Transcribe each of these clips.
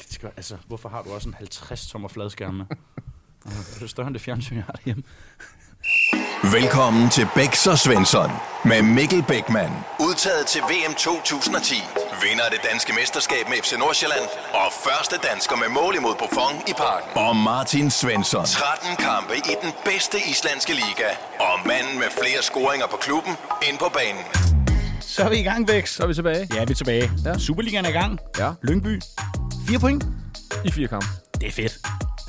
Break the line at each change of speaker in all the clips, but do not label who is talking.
skal, altså, hvorfor har du også en 50-tommer fladskærm med? Altså, Det er større end det fjernsyn, jeg har derhjemme.
Velkommen til Bæks og Svensson med Mikkel Bækman. Udtaget til VM 2010. Vinder af det danske mesterskab med FC Nordsjælland. Og første dansker med mål imod Buffon i parken. Og Martin Svensson. 13 kampe i den bedste islandske liga. Og manden med flere scoringer på klubben ind på banen.
Så er vi i gang, Væks.
Så er vi tilbage
Ja, vi er tilbage.
Ja.
Superligaen er i gang.
Ja.
Lyngby. 4 point.
i fire kampe.
Det er fedt.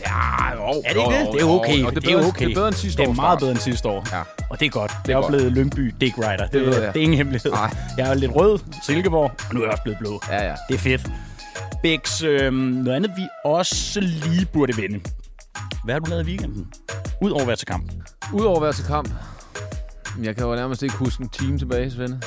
Ja, jo,
Er det ikke det? Det er okay.
Og det,
er
bedre,
okay.
det er bedre end sidste
Det er
års
meget
start.
bedre end sidste år.
Ja.
Og det er godt. Det
er
jeg er
godt.
blevet Lyngby Dick Rider. Det,
ved
det,
jeg.
det er ingen hemmelighed.
Nej.
Jeg er lidt rød, Silkeborg, og nu er jeg også blevet blå.
Ja, ja.
Det er fedt. Bæks, øh, noget andet vi også lige burde vinde. Hvad har du lavet i weekenden? Udover at være til kamp.
Udover at være til kamp. Jamen, Jeg kan jo nærmest ikke huske en time tilbage, Svende.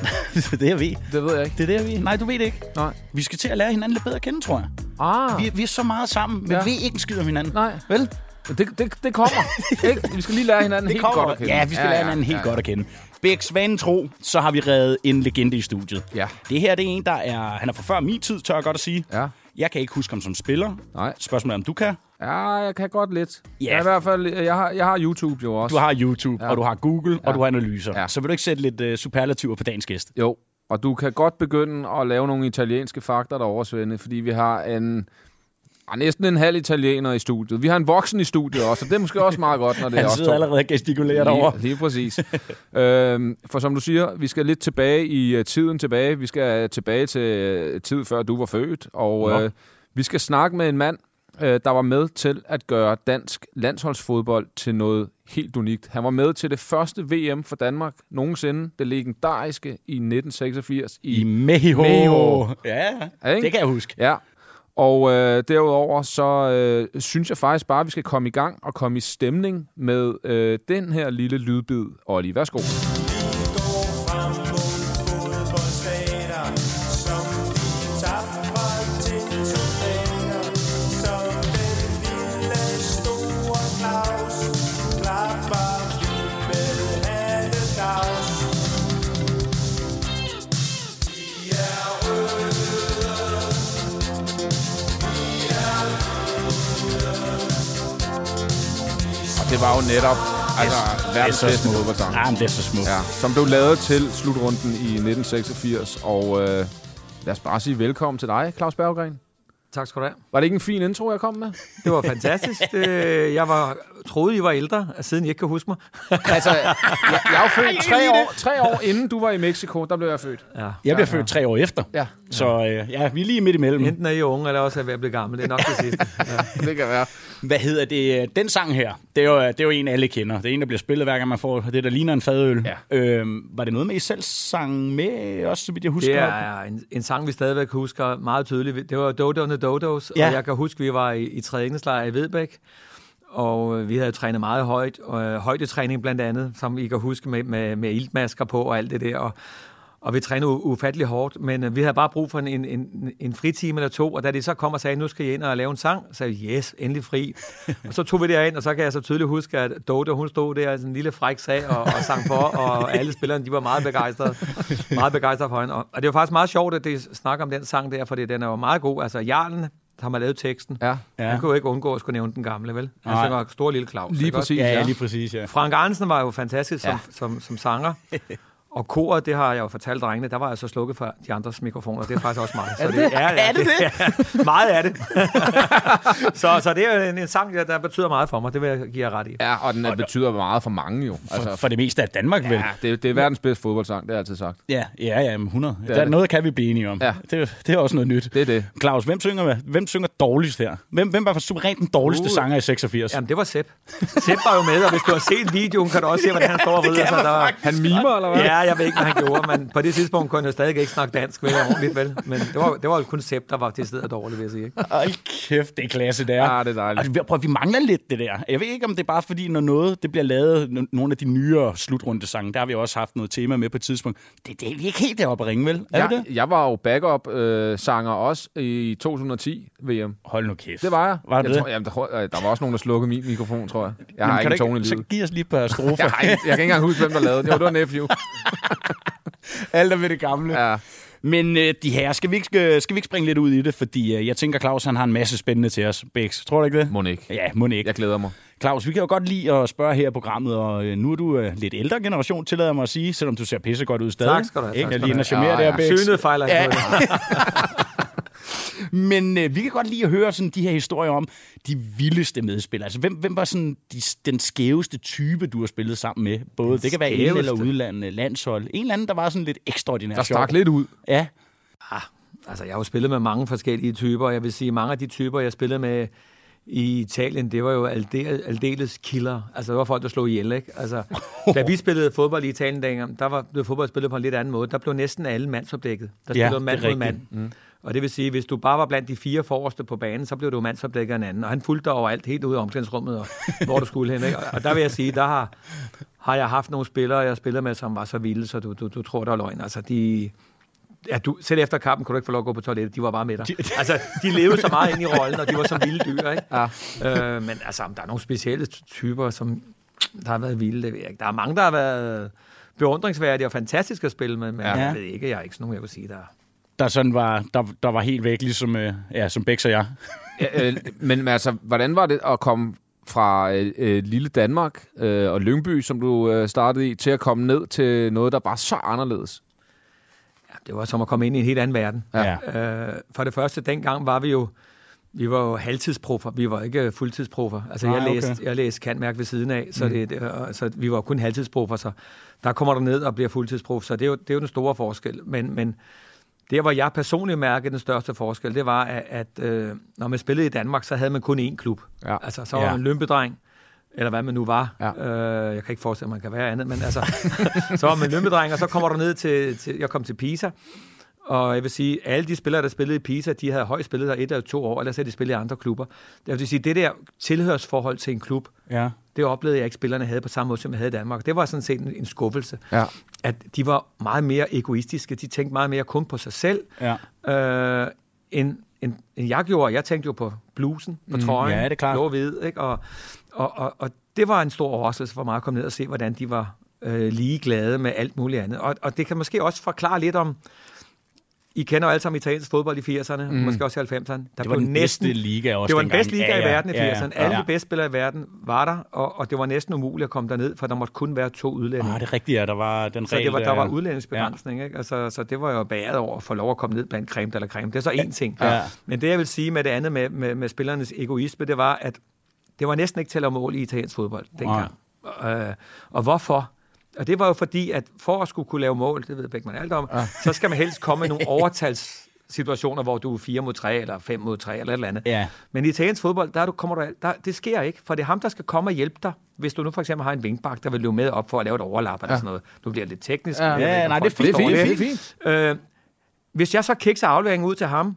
det er vi.
Det ved jeg ikke.
Det er det, vi... Nej, du ved det ikke.
Nej.
Vi skal til at lære hinanden lidt bedre at kende, tror jeg.
Ah,
Vi, vi er så meget sammen, men ja.
Ja.
vi er ikke en skid om hinanden.
nej.
Vel?
Det, det, det kommer. ikke? Vi skal lige lære hinanden helt godt at kende.
Ja, vi skal ja, lære hinanden helt ja, godt at kende. Bæks vanen tro, så har vi reddet en legende i studiet.
Ja.
Det her det er en, der er... Han er fra før min tid, tør jeg godt at sige.
Ja.
Jeg kan ikke huske ham som spiller.
Nej.
Spørgsmålet er, om du kan.
Ja, jeg kan godt lidt.
Ja.
Jeg, er i hvert fald, jeg, har, jeg har YouTube jo også.
Du har YouTube, ja. og du har Google, ja. og du har analyser. Ja.
Ja.
Så vil du ikke sætte lidt uh, superlativer på dagens gæst?
Jo, og du kan godt begynde at lave nogle italienske fakter derovre, Svende, fordi vi har en... ah, Næsten en halv italiener i studiet. Vi har en voksen i studiet også, og det er måske også meget godt, når det
Han
er os
sidder
to.
allerede og gestikulerer derovre.
Lige, lige præcis. øhm, for som du siger, vi skal lidt tilbage i uh, tiden tilbage. Vi skal øh, tilbage til uh, tid før du var født, og
Nå.
uh, vi skal snakke med en mand, uh, der var med til at gøre dansk landsholdsfodbold til noget helt unikt. Han var med til det første VM for Danmark nogensinde, det legendariske i 1986 i
I Mexico.
Mexico.
Ja,
Ja, ikke?
det kan jeg huske.
Ja, og øh, derudover så øh, synes jeg faktisk bare, at vi skal komme i gang og komme i stemning med øh, den her lille lydbid. Olli, værsgo. Og det var jo netop altså, verdens
så
bedste
smukt.
fodboldsang.
Ah, men det er så smukt.
Ja, som blev lavet til slutrunden i 1986. Og øh, lad os bare sige velkommen til dig, Claus Berggren.
Tak skal du have.
Var det ikke en fin intro, jeg kom med?
Det var fantastisk. Det, jeg var, troede, I var ældre, øh, siden I ikke kan huske mig.
altså, jeg, jeg er jo født tre år, tre år inden du var i Mexico, der blev jeg født.
Ja.
Jeg blev født tre år efter.
Ja,
Så øh, ja, vi er lige midt imellem.
Enten er I unge, eller også er jeg ved at blive gammel. Det er nok det sidste. Ja.
det kan være.
Hvad hedder det? Den sang her, det er, jo, det er jo en, alle kender. Det er en, der bliver spillet hver gang, man får det, der ligner en fadøl.
Ja.
Øhm, var det noget med, I selv sang med, også så vidt jeg husker?
Det er en, en sang, vi stadigvæk husker meget tydeligt. Det var Dodo and the Dodos,
Ja.
ja. og jeg kan huske, vi var i, i træningslejr i Vedbæk, og øh, vi havde trænet meget højt, og øh, højdetræning blandt andet, som I kan huske med, med, med iltmasker på og alt det der, og, og vi trænede u- ufattelig hårdt, men øh, vi havde bare brug for en, en, en, en fritime eller to, og da de så kom og sagde, nu skal I ind og lave en sang, så sagde vi, yes, endelig fri. og så tog vi derind, og så kan jeg så tydeligt huske, at Dodo, hun stod der i sådan en lille fræk sag og, og sang for, og alle spillerne, de var meget begejstrede, meget begejstrede for hende. Og, og det var faktisk meget sjovt, at de snakker om den sang der, for den er jo meget god. Altså, Jarlen, som har lavet teksten,
Ja,
Ja.
Ja. Han kunne jo ikke undgå at skulle nævne den gamle, vel? Han
Nej.
synger Stor Lille Claus.
lige
ikke også?
præcis.
ja, ja,
ja.
lige præcis, ja.
Frank Arnsen var jo fantastisk som,
Ja.
ja. som, som sanger. Og koret, det har jeg jo fortalt drengene, der var jeg så slukket for de andres mikrofoner. Det er faktisk også mig. Så det, det, er, er det det? Ja, meget er det. så, så det er jo en, en sang, der, der betyder meget for mig. Det vil jeg give jer ret i.
Ja, og den er, betyder meget for mange jo. Altså,
For, for det meste af Danmark, vel?
Ja, det, det er verdens bedste fodboldsang, det har jeg altid sagt.
Ja, ja, ja, jamen, 100. Det
er
er der,
det.
noget kan vi blive enige om.
Ja.
Det, det er også noget nyt.
Det er det.
Claus, hvem synger, med- hvem synger dårligst her? Hvem, hvem var for suverænt den dårligste
Uh.
sanger i 86?
Jamen, det var Sepp. Sepp var jo med, og hvis du har set videoen, kan du også se, hvordan han står og vrider sig. Der var,
Han mimer, eller hvad?
Ja, jeg ved ikke, hvad han gjorde, men på det tidspunkt kunne han jo stadig ikke snakke dansk vel, ordentligt, vel? Men det var, det var jo kun Sepp, der var til stedet dårligt, vil jeg sige. Ikke?
Hold kæft, det er klasse, det er.
Ja, det er dejligt.
Og vi- prøv, vi mangler lidt det der. Jeg ved ikke, om det er bare fordi, når noget det bliver lavet, no- nogle af de nyere slutrundesange, der har vi også haft noget tema med på et tidspunkt. Det, det er vi ikke helt deroppe at ringe, vel? Er vi
Jeg,
det?
jeg var jo backup-sanger også i 2010 VM.
Hold nu kæft.
Det var jeg.
Var det
jeg tror, jamen, der, tror- øh, der var også nogen, der slukkede min mikrofon, tror jeg. Jeg har
kan
ikke en
du
tone i
Så
livet.
giv os lige et par strofer.
Jeg, har ikke, jeg kan ikke engang huske, hvem der lavede det. Jo, det var Nephew.
Alt er ved det gamle.
Ja.
Men øh, de her, skal vi, ikke, øh, skal, skal vi ikke springe lidt ud i det? Fordi øh, jeg tænker, Claus han har en masse spændende til os, Bæks. Tror du ikke det?
Må ikke.
Ja, må ikke.
Jeg glæder mig.
Claus, vi kan jo godt lide at spørge her i programmet, og øh, nu er du øh, lidt ældre generation, tillader jeg mig at sige, selvom du ser pisse godt ud stadig.
Tak skal du have, tak
Ikke?
skal
Jeg
du
ligner
have.
charmerer
Ja,
der,
ja.
Bæks.
Synet fejler ikke
Ja.
noget.
Men øh, vi kan godt lide at høre sådan de her historier om de vildeste medspillere. Altså, hvem, hvem var sådan de, den skæveste type, du har spillet sammen med? Både, det kan være ind- eller
skæveste?
udland, øh, landshold. En eller anden, der var sådan lidt ekstraordinær
Der
sjov.
stak lidt ud.
Ja,
Altså, jeg har jo spillet med mange forskellige typer, og jeg vil sige, at mange af de typer, jeg spillede med i Italien, det var jo aldeles, aldeles killer. Altså, det var folk, der slog ihjel, ikke? Altså, da vi spillede fodbold i Italien dengang, der var, blev fodbold spillet på en lidt anden måde. Der blev næsten alle mandsopdækket. Der
Ja,
spillede ja, mand
det er
mod mand. Mm. Og det vil sige, at hvis du bare var blandt de fire forreste på banen, så blev du mandsopdækket af en anden. Og han fulgte dig overalt, helt ude i omklædningsrummet, og hvor du skulle hen. Ikke? Og, og der vil jeg sige, der har, har jeg haft nogle spillere, jeg spiller med, som var så vilde, så du, du, du tror, der er løgn. Altså, de, Ja, du, selv efter kampen kunne du ikke få lov at gå på toilettet. De var bare med dig. Altså, de levede så meget ind i rollen, og de var som vilde dyr, ikke? Ja. Øh, men altså, der er nogle specielle ty- typer, som der har været vilde, det ved jeg ikke. Der er mange, der har været beundringsværdige og fantastiske at spille med, men
Ja.
ja. jeg ved ikke, jeg er ikke sådan nogen, jeg vil sige, der
der sådan var, der, der var helt væk, ligesom, øh, ja, som Bæks og jeg.
Ja, øh, men men altså, hvordan var det at komme fra øh, øh, lille Danmark øh, og Lyngby, som du øh, startede i, til at komme ned til noget, der bare er så anderledes?
ja, det var som at komme ind i en helt anden verden.
Ja.
Øh, for det første, dengang var vi jo vi var jo halvtidsproffer, vi var ikke øh, fuldtidsproffer. Altså,
Nej,
jeg,
okay.
læste, jeg læste kantmærk ved siden af, så, mm. det, det- og- så vi var kun halvtidsproffer, så der kommer du ned og bliver fuldtidsprof, så det er jo, det er jo den store forskel. Men, men det, hvor jeg personligt mærkede den største forskel, det var, at, at øh, når man spillede i Danmark, så havde man kun én klub.
Ja.
Altså, så var
Ja.
man lømpedreng, eller hvad man nu var.
Ja.
Øh, jeg kan ikke forestille mig, man kan være andet, men altså, så var man lømpedreng, og så kommer du ned til, til jeg kom til Pisa, og jeg vil sige, alle de spillere, der spillede i Pisa, de havde højt spillet der et eller to år, ellers havde de spillet i andre klubber. Det vil sige, det der tilhørsforhold til en klub,
Ja.
det oplevede jeg ikke, spillerne havde på samme måde, som jeg havde i Danmark. Det var sådan set en, en skuffelse.
Ja.
At de var meget mere egoistiske, de tænkte meget mere kun på sig selv,
Ja.
øh, end, end, end jeg gjorde. Jeg tænkte jo på blusen, på trøjen,
Mm, ja, det er klart.
blå og hvid, ikke? Og, og, og, og det var en stor overraskelse for mig at komme ned og se, hvordan de var øh, ligeglade med alt muligt andet. Og, og det kan måske også forklare lidt om, I kender jo alle sammen italiensk fodbold i 80'erne, mm. måske også i 90'erne. Der
Det var den bedste liga også
det var den
dengang.
bedste liga
Ja,
i
ja,
verden i 80'erne.
ja, ja, ja.
Alle de bedste spillere i verden var der, og, og det var næsten umuligt at komme derned, for der måtte kun være to udlændinge.
Ah, det er rigtigt, ja. Der var den
Så
regel,
det var, der var
ja.
udlændingsbegrænsning, ikke? Altså, så det var jo bæret over at få lov at komme ned blandt creme eller creme. Det er så én ting.
Ja.
Men det, jeg vil sige med det andet med, med, med spillernes egoisme, det var, at det var næsten ikke til at måle i italiensk fodbold dengang. Øh, og hvorfor? Og det var jo fordi, at for at skulle kunne lave mål, det ved Bækman alt om, ja. så skal man helst komme i nogle overtalssituationer, hvor du er 4 mod 3, eller 5 mod 3, eller et eller andet.
Ja.
Men i italiensk fodbold, der, er du, kommer du, al- der, det sker ikke, for det er ham, der skal komme og hjælpe dig. Hvis du nu for eksempel har en vingbak, der vil løbe med op for at lave et overlap eller sådan noget. Nu bliver det lidt teknisk. men jeg ved
Ja,
ikke,
nej,
om
det er
folk
fint.
forstår
Det er fint,
det. Øh, hvis jeg så kikser afleveringen ud til ham,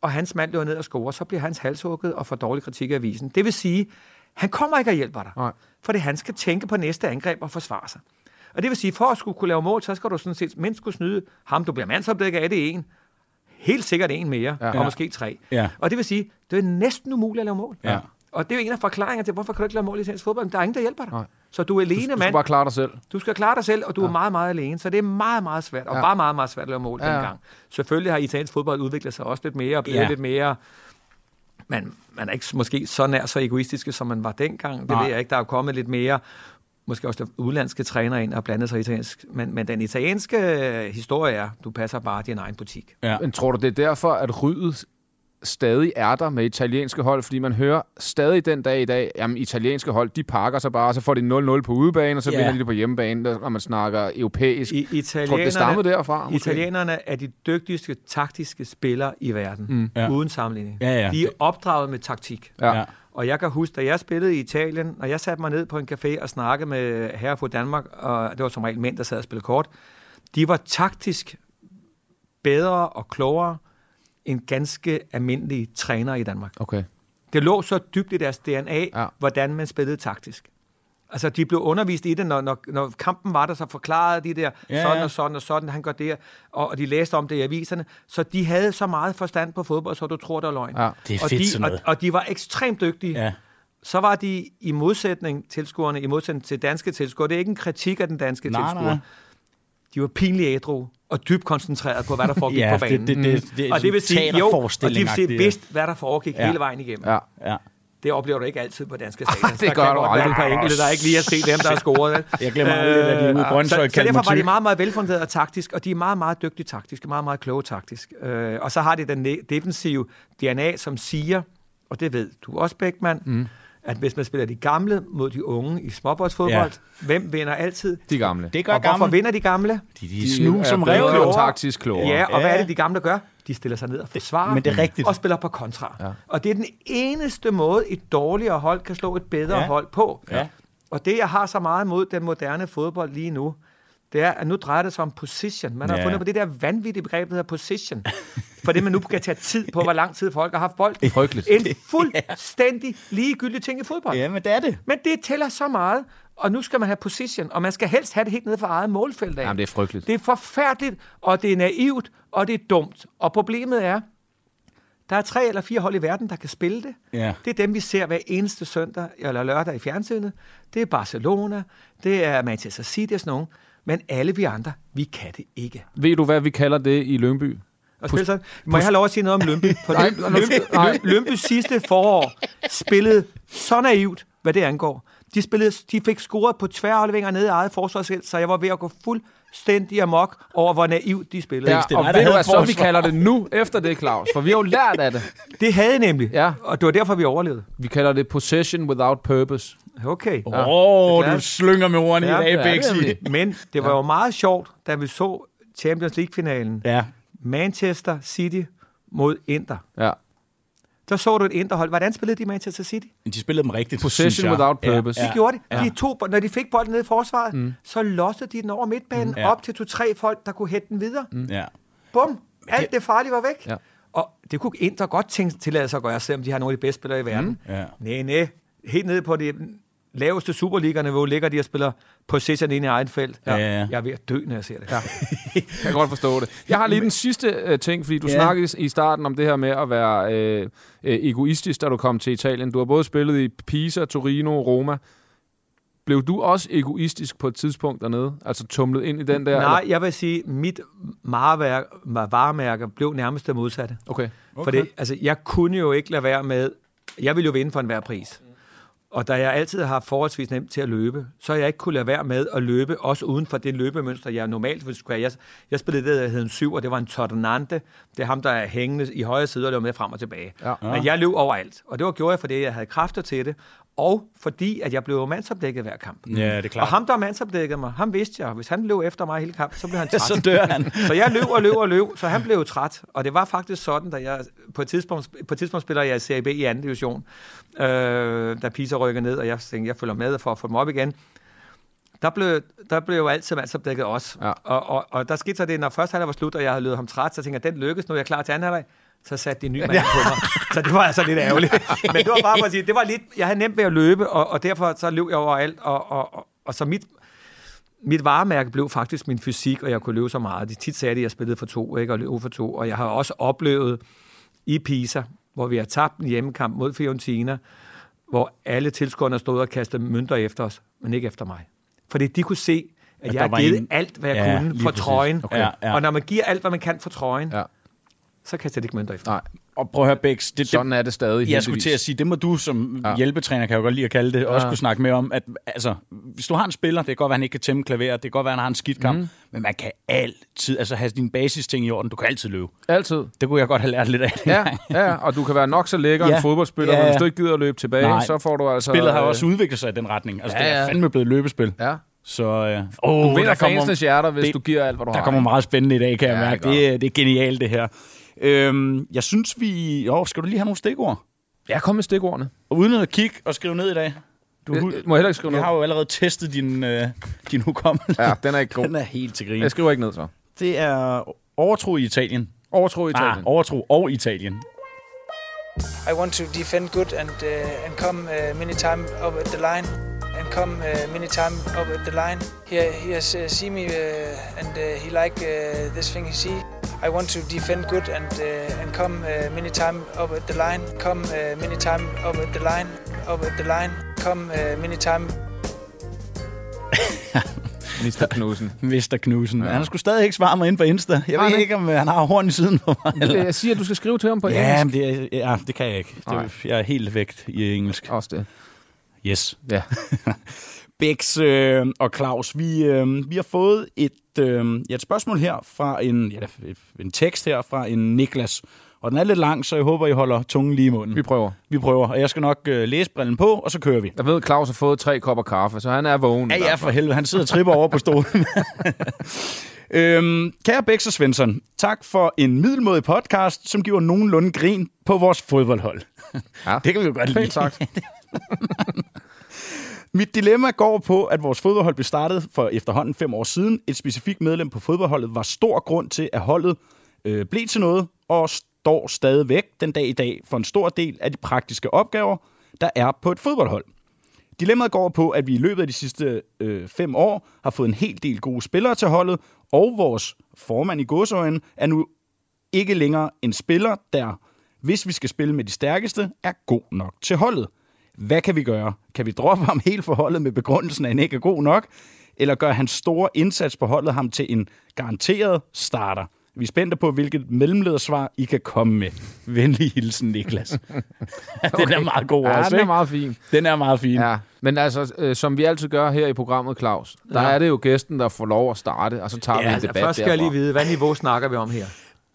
og hans mand løber ned og scorer, så bliver hans halshugget og får dårlig kritik af avisen. Det vil sige, han kommer ikke og hjælper dig.
Nej.
For det han skal tænke på næste angreb og forsvare sig. Og det vil sige, for at skulle kunne lave mål, så skal du sådan set mindst kunne snyde ham, du bliver mandsopdækket af, det er en. Helt sikkert en mere, ja. og måske tre.
Ja.
Og det vil sige, det er næsten umuligt at lave mål.
Ja.
Og det er jo en af forklaringerne til, hvorfor kan du ikke lave mål i italiensk fodbold? Der er ingen, der hjælper dig. Nej. Så du er alene,
Du skal
mand.
bare klare dig selv.
Du skal klare dig selv, og du ja. er meget, meget alene. Så det er meget, meget svært, og ja. bare meget, meget svært at lave mål ja. dengang. Selvfølgelig har italiensk fodbold udviklet sig også lidt mere, og blevet
Ja.
ja. lidt mere... Man, man er ikke måske så nær så egoistiske, som man var dengang. Det
Nej.
Nej. ved jeg ikke. Der er jo kommet lidt mere måske også der udlandske træner ind og blandet sig i italiensk. Men, men den italienske øh, historie er, du passer bare din egen butik.
Ja.
Men tror du, det er derfor, at ryddet stadig er der med italienske hold? Fordi man hører stadig den dag i dag, jamen italienske hold, de pakker sig bare, og så får de 0-0 på udebane, og så
Ja.
yeah. vinder de det på hjemmebane, og man snakker europæisk.
I, italienerne,
Tror du, det stammede derfra? måske?
Italienerne er de dygtigste taktiske spillere i verden, mm.
Ja.
ja. uden sammenligning.
Ja, ja.
De er opdraget med taktik.
Ja.
Ja.
ja.
Og jeg kan huske, da jeg spillede i Italien, og jeg satte mig ned på en café og snakkede med herre fra Danmark, og det var som regel mænd, der sad og spillede kort. De var taktisk bedre og klogere end ganske almindelige trænere i Danmark.
Okay.
Det lå så dybt i deres DNA,
Ja.
ja. hvordan man spillede taktisk. Altså, de blev undervist i det, når, når, når kampen var der, så forklarede de der,
Ja,
ja, sådan
ja.
og sådan og sådan, han gør det, og, og de læste om det i aviserne. Så de havde så meget forstand på fodbold, så du tror, der er løgn.
Ja.
Det er
og,
fedt
de,
sådan
og,
noget.
og de var ekstremt dygtige.
Ja.
Så var de i modsætning, tilskuerne, i modsætning til danske tilskuere, det er ikke en kritik af den danske
Nej,
tilskuer.
nej.
De var pinligt ædru. og dybt koncentreret på, hvad der foregik
Ja,
på banen. Mm.
det- det- det- det er
og det vil
sådan
sige, jo, og det vil sige,
teaterforestilling-agtigt, ja.
vidste, hvad der foregik
Ja.
hele vejen igennem.
Ja.
Ja.
Det oplever du ikke altid på danske stadion.
det gør du aldrig.
Der kan godt være et par enkelte, der ikke lige har set dem, der har scoret. vel?
Jeg glemmer aldrig, at de ude i
Øh,
Brøndshøj
så, så
kaldte
derfor
mig
var de
tyk.
meget, meget velfunderet og taktisk, og de er meget, meget dygtige taktisk, meget, meget kloge taktisk. Øh, og så har de den ne- defensive DNA, som siger, og det ved du også, Bækman, mm. at hvis man spiller de gamle mod de unge i småboldsfodbold, ja. hvem vinder altid?
De gamle.
Det gør
Og hvorfor
gamle.
vinder de gamle?
De, de, de snu som
bedre
revklog.
og taktisk klogere.
Ja, og
Ja.
hvad er det, de gamle gør? De stiller sig ned og forsvarer,
men det er rigtigt.
og spiller på kontra. Ja. Og det er den eneste måde, et dårligere hold kan slå et bedre
Ja.
ja. hold på.
Ja.
Og det, jeg har så meget mod den moderne fodbold lige nu, det er, at nu drejer det sig om position. Man har
Ja.
fundet på det der vanvittige begreb, der hedder position. For det, man nu kan tage tid på, hvor lang tid folk har haft bold.
Frygteligt.
En fuldstændig ligegyldig ting i fodbold.
Ja, men det er det.
Men det tæller så meget, og nu skal man have position, og man skal helst have det helt nede for eget målfelt af.
Jamen, det er frygteligt.
Det er forfærdeligt, og det er naivt, og det er dumt. Og problemet er, der er tre eller fire hold i verden, der kan spille det.
Ja.
Det er dem, vi ser hver eneste søndag eller lørdag i fjernsynet. Det er Barcelona, det er Manchester City og sådan nogen. Men alle vi andre, vi kan det ikke.
Ved du, hvad vi kalder det i Lyngby?
Og spille sådan. Må jeg have lov at sige noget om Lønby? For Løn-
nej,
Løn-
nej.
Løn- Lønby sidste forår spillede så naivt, hvad det angår. De, spillede, de fik scoret på tværafleveringer nede i eget forsvarsfelt, så jeg var ved at gå fuldstændig amok over, hvor naivt de spillede.
Ja,
det er
og
mig, der
ved du,
hedder
hvad så vi
forsvar.
kalder det nu, efter det, Claus? For vi har jo lært af det.
Det havde nemlig,
Ja.
og det var derfor, vi overlevede.
Vi kalder det possession without purpose.
Okay.
Åh, oh,
Det er
du
klart.
slynger med ordene
Ja,
i
det
dag,
er
Bexi.
nemlig.
Men det var jo meget sjovt, da vi så Champions League-finalen.
Ja.
Manchester City mod Inter.
Ja.
Der så du et Interhold. Hvordan spillede de Manchester City?
Men de spillede dem rigtigt,
Possession
synes jeg.
without purpose.
De
Ja.
gjorde det. De to, når de fik bolden ned i forsvaret, mm. så lossede de den over midtbanen
Ja.
ja. op til to-tre folk, der kunne hætte den videre. Mm.
Ja.
Bum! Alt det farlige var væk.
Ja.
Og det kunne Inter godt tænke, tillade sig at gøre, selvom de har nogle af de bedste spillere i verden.
Ja.
Næ, næ. Helt nede på det laveste Superliga-niveau ligger de og spiller position ind i egen felt.
Ja, ja, ja.
Jeg er ved at dø, når jeg ser det. Ja.
Jeg kan godt forstå det. Jeg har lige den sidste øh, ting, fordi du
Ja.
yeah. snakkede i- i starten om det her med at være øh, øh, egoistisk, da du kom til Italien. Du har både spillet i Pisa, Torino, Roma. Blev du også egoistisk på et tidspunkt dernede? Altså tumlet ind i den der?
Nej, jeg vil sige, mit varemærke, varemærke blev nærmest det modsatte.
Eller? Okay.
Okay. Fordi, altså, jeg kunne jo ikke lade være med... Jeg ville jo vinde for enhver pris. Og da jeg altid har haft forholdsvis nemt til at løbe, så har jeg ikke kunne lade være med at løbe, også uden for det løbemønster, jeg normalt ville skulle have. Jeg, jeg spillede det, der hed en syv, og det var en tordenante. Det er ham, der er hængende i højre side og løber med frem og tilbage.
Ja.
Men jeg løb overalt, og det var gjorde jeg, fordi jeg havde kræfter til det, og fordi at jeg blev mandsopdækket hver kamp.
Ja, det er klart.
Og ham, der mandsopdækkede mig, ham vidste jeg, hvis han løb efter mig hele kampen, så blev han træt.
Så dør han.
Så jeg løb og løb og løb, så han blev jo træt. Og det var faktisk sådan, da jeg på et tidspunkt, på et tidspunkt spiller jeg i Serie B i anden division, øh, da Pisa rykker ned, og jeg tænkte, jeg følger med for at få dem op igen. Der blev, der blev jo altid mandsopdækket også.
Ja.
Og, og, og, der skete så det, når første halvleg var slut, og jeg havde løbet ham træt, så tænkte jeg, den lykkes, nu er jeg klar til anden halvleg. Så satte de en ny mand på mig. Så det var altså lidt ærgerligt. Men det var bare for at sige, det var lidt, jeg havde nemt ved at løbe, og, og derfor så løb jeg overalt. Og, og, og, og så mit, mit varemærke blev faktisk min fysik, og jeg kunne løbe så meget. De tit sagde, det, at jeg spillede for to, ikke? og løb for to. Og jeg har også oplevet i Pisa, hvor vi har tabt en hjemmekamp mod Fiorentina, hvor alle tilskuerne stod og kastede mønter efter os, men ikke efter mig. Fordi de kunne se,
At
at, at
der
jeg
var
har givet
en-
en... alt, hvad jeg
Ja,
ja, kunne
lige
for
præcis.
trøjen.
Okay. Ja, ja.
Og når man giver alt, hvad man kan for trøjen,
Ja.
ja. så kaster de ikke mønter efter.
Nej.
Og prøv at høre, Bex. Det, det,
Sådan er det stadig.
Jeg skulle til at
heldigvis.
sige, det må du som ja.
Ja.
hjælpetræner, kan jeg jo godt lide at kalde det, også kunne snakke med om, at altså, hvis du har en spiller, det kan godt være, han ikke kan tæmme klaveret, det kan godt være, han har en skidt kamp,
Mhm.
mm. men man kan altid, altså have dine basisting i orden, du kan altid løbe.
Altid.
Det kunne jeg godt have lært lidt af.
Ja, ja, og du kan være nok så lækker
Ja.
en fodboldspiller,
Ja,
men
ja.
hvis du ikke gider at løbe tilbage,
Nej.
så får du altså...
Spillet har
øh,
også udviklet sig i den retning. Altså, ja,
Ja,
det er
ja.
fandme blevet løbespil. Ja.
Ja.
Så øh, oh,
Du vinder fansenes hjerter, hvis
det-
det, du giver alt, hvad du
Der
har.
kommer meget spændende i dag, kan jeg
Ja, det
mærke.
gør
Det, er- det er genialt, det her. Øhm, jeg synes, vi... Jo, skal du lige have nogle stikord?
Jeg kom med stikordene.
Uden at kigge og skrive ned i dag. Du,
Jeg, jeg Øh, må heller ikke skrive
Jeg
ned.
har jo allerede testet din, øh, din hukommelse.
Ja, den er ikke
Den
god.
er helt til grin.
Jeg skriver ikke ned så.
Det er overtro i Italien.
Overtro i
Ah,
Italien.
overtro og Italien.
I want to defend good and uh, and come uh, many time up at the line and come uh, many time up at the line. He he has uh, seen me uh, and uh, he like uh, this thing he see. I want to defend good and uh, and come uh, many time up at the line. Come uh, many time up at the line. Up at the line. Come uh, many time
Mr. Knudsen.
Mr. Knudsen. Ja. Han skulle stadig ikke svare mig ind på Insta. Jeg ved ikke, om øh, han har horn i siden på mig. Eller...
Øh, Jeg siger, at du skal skrive til ham på
Ja,
engelsk.
men det, er- ja, det kan jeg ikke.
Nej.
Det, jeg er helt vægt i engelsk.
Også det.
Yes.
Ja.
Bex øh, og Claus, vi, øh, vi har fået et, øh, ja, et spørgsmål her fra en, ja, en tekst her fra en Niklas. Og den er lidt lang, så jeg håber, I holder tungen lige i munden.
Vi prøver.
Vi prøver, og jeg skal nok øh, læse brillen på, og så kører vi.
Jeg ved, at Claus har fået tre kopper kaffe, så han er vågen.
Ja, ja, for helvede. Han sidder og tripper over på stolen. øhm, kære Bæks og Svensson, tak for en middelmådig podcast, som giver nogenlunde grin på vores fodboldhold.
Ja.
Det kan vi jo godt lide.
Pænt sagt.
Mit dilemma går på, at vores fodboldhold blev startet for efterhånden fem år siden. Et specifikt medlem på fodboldholdet var stor grund til, at holdet øh, blev til noget, og står stadigvæk den dag i dag for en stor del af de praktiske opgaver, der er på et fodboldhold. Dilemmaet går på, at vi i løbet af de sidste øh, fem år har fået en hel del gode spillere til holdet, og vores formand i godsøjen er nu ikke længere en spiller, der, hvis vi skal spille med de stærkeste, er god nok til holdet. Hvad kan vi gøre? Kan vi droppe ham helt for holdet med begrundelsen, at han ikke er god nok? Eller gør hans store indsats på holdet ham til en garanteret starter? Vi er spændte på, hvilket mellemledersvar I kan komme med. Venlig hilsen, Niklas. okay. Den er meget god
Ja,
også,
den er
ikke?
meget fin.
Den er meget fin.
Ja. Men altså, øh, som vi altid gør her i programmet, Claus, der ja. er det jo gæsten, der får lov at starte, og så tager
Ja,
vi en
Altså,
debat
først skal jeg lige
derfra.
vide, hvad niveau snakker vi om her?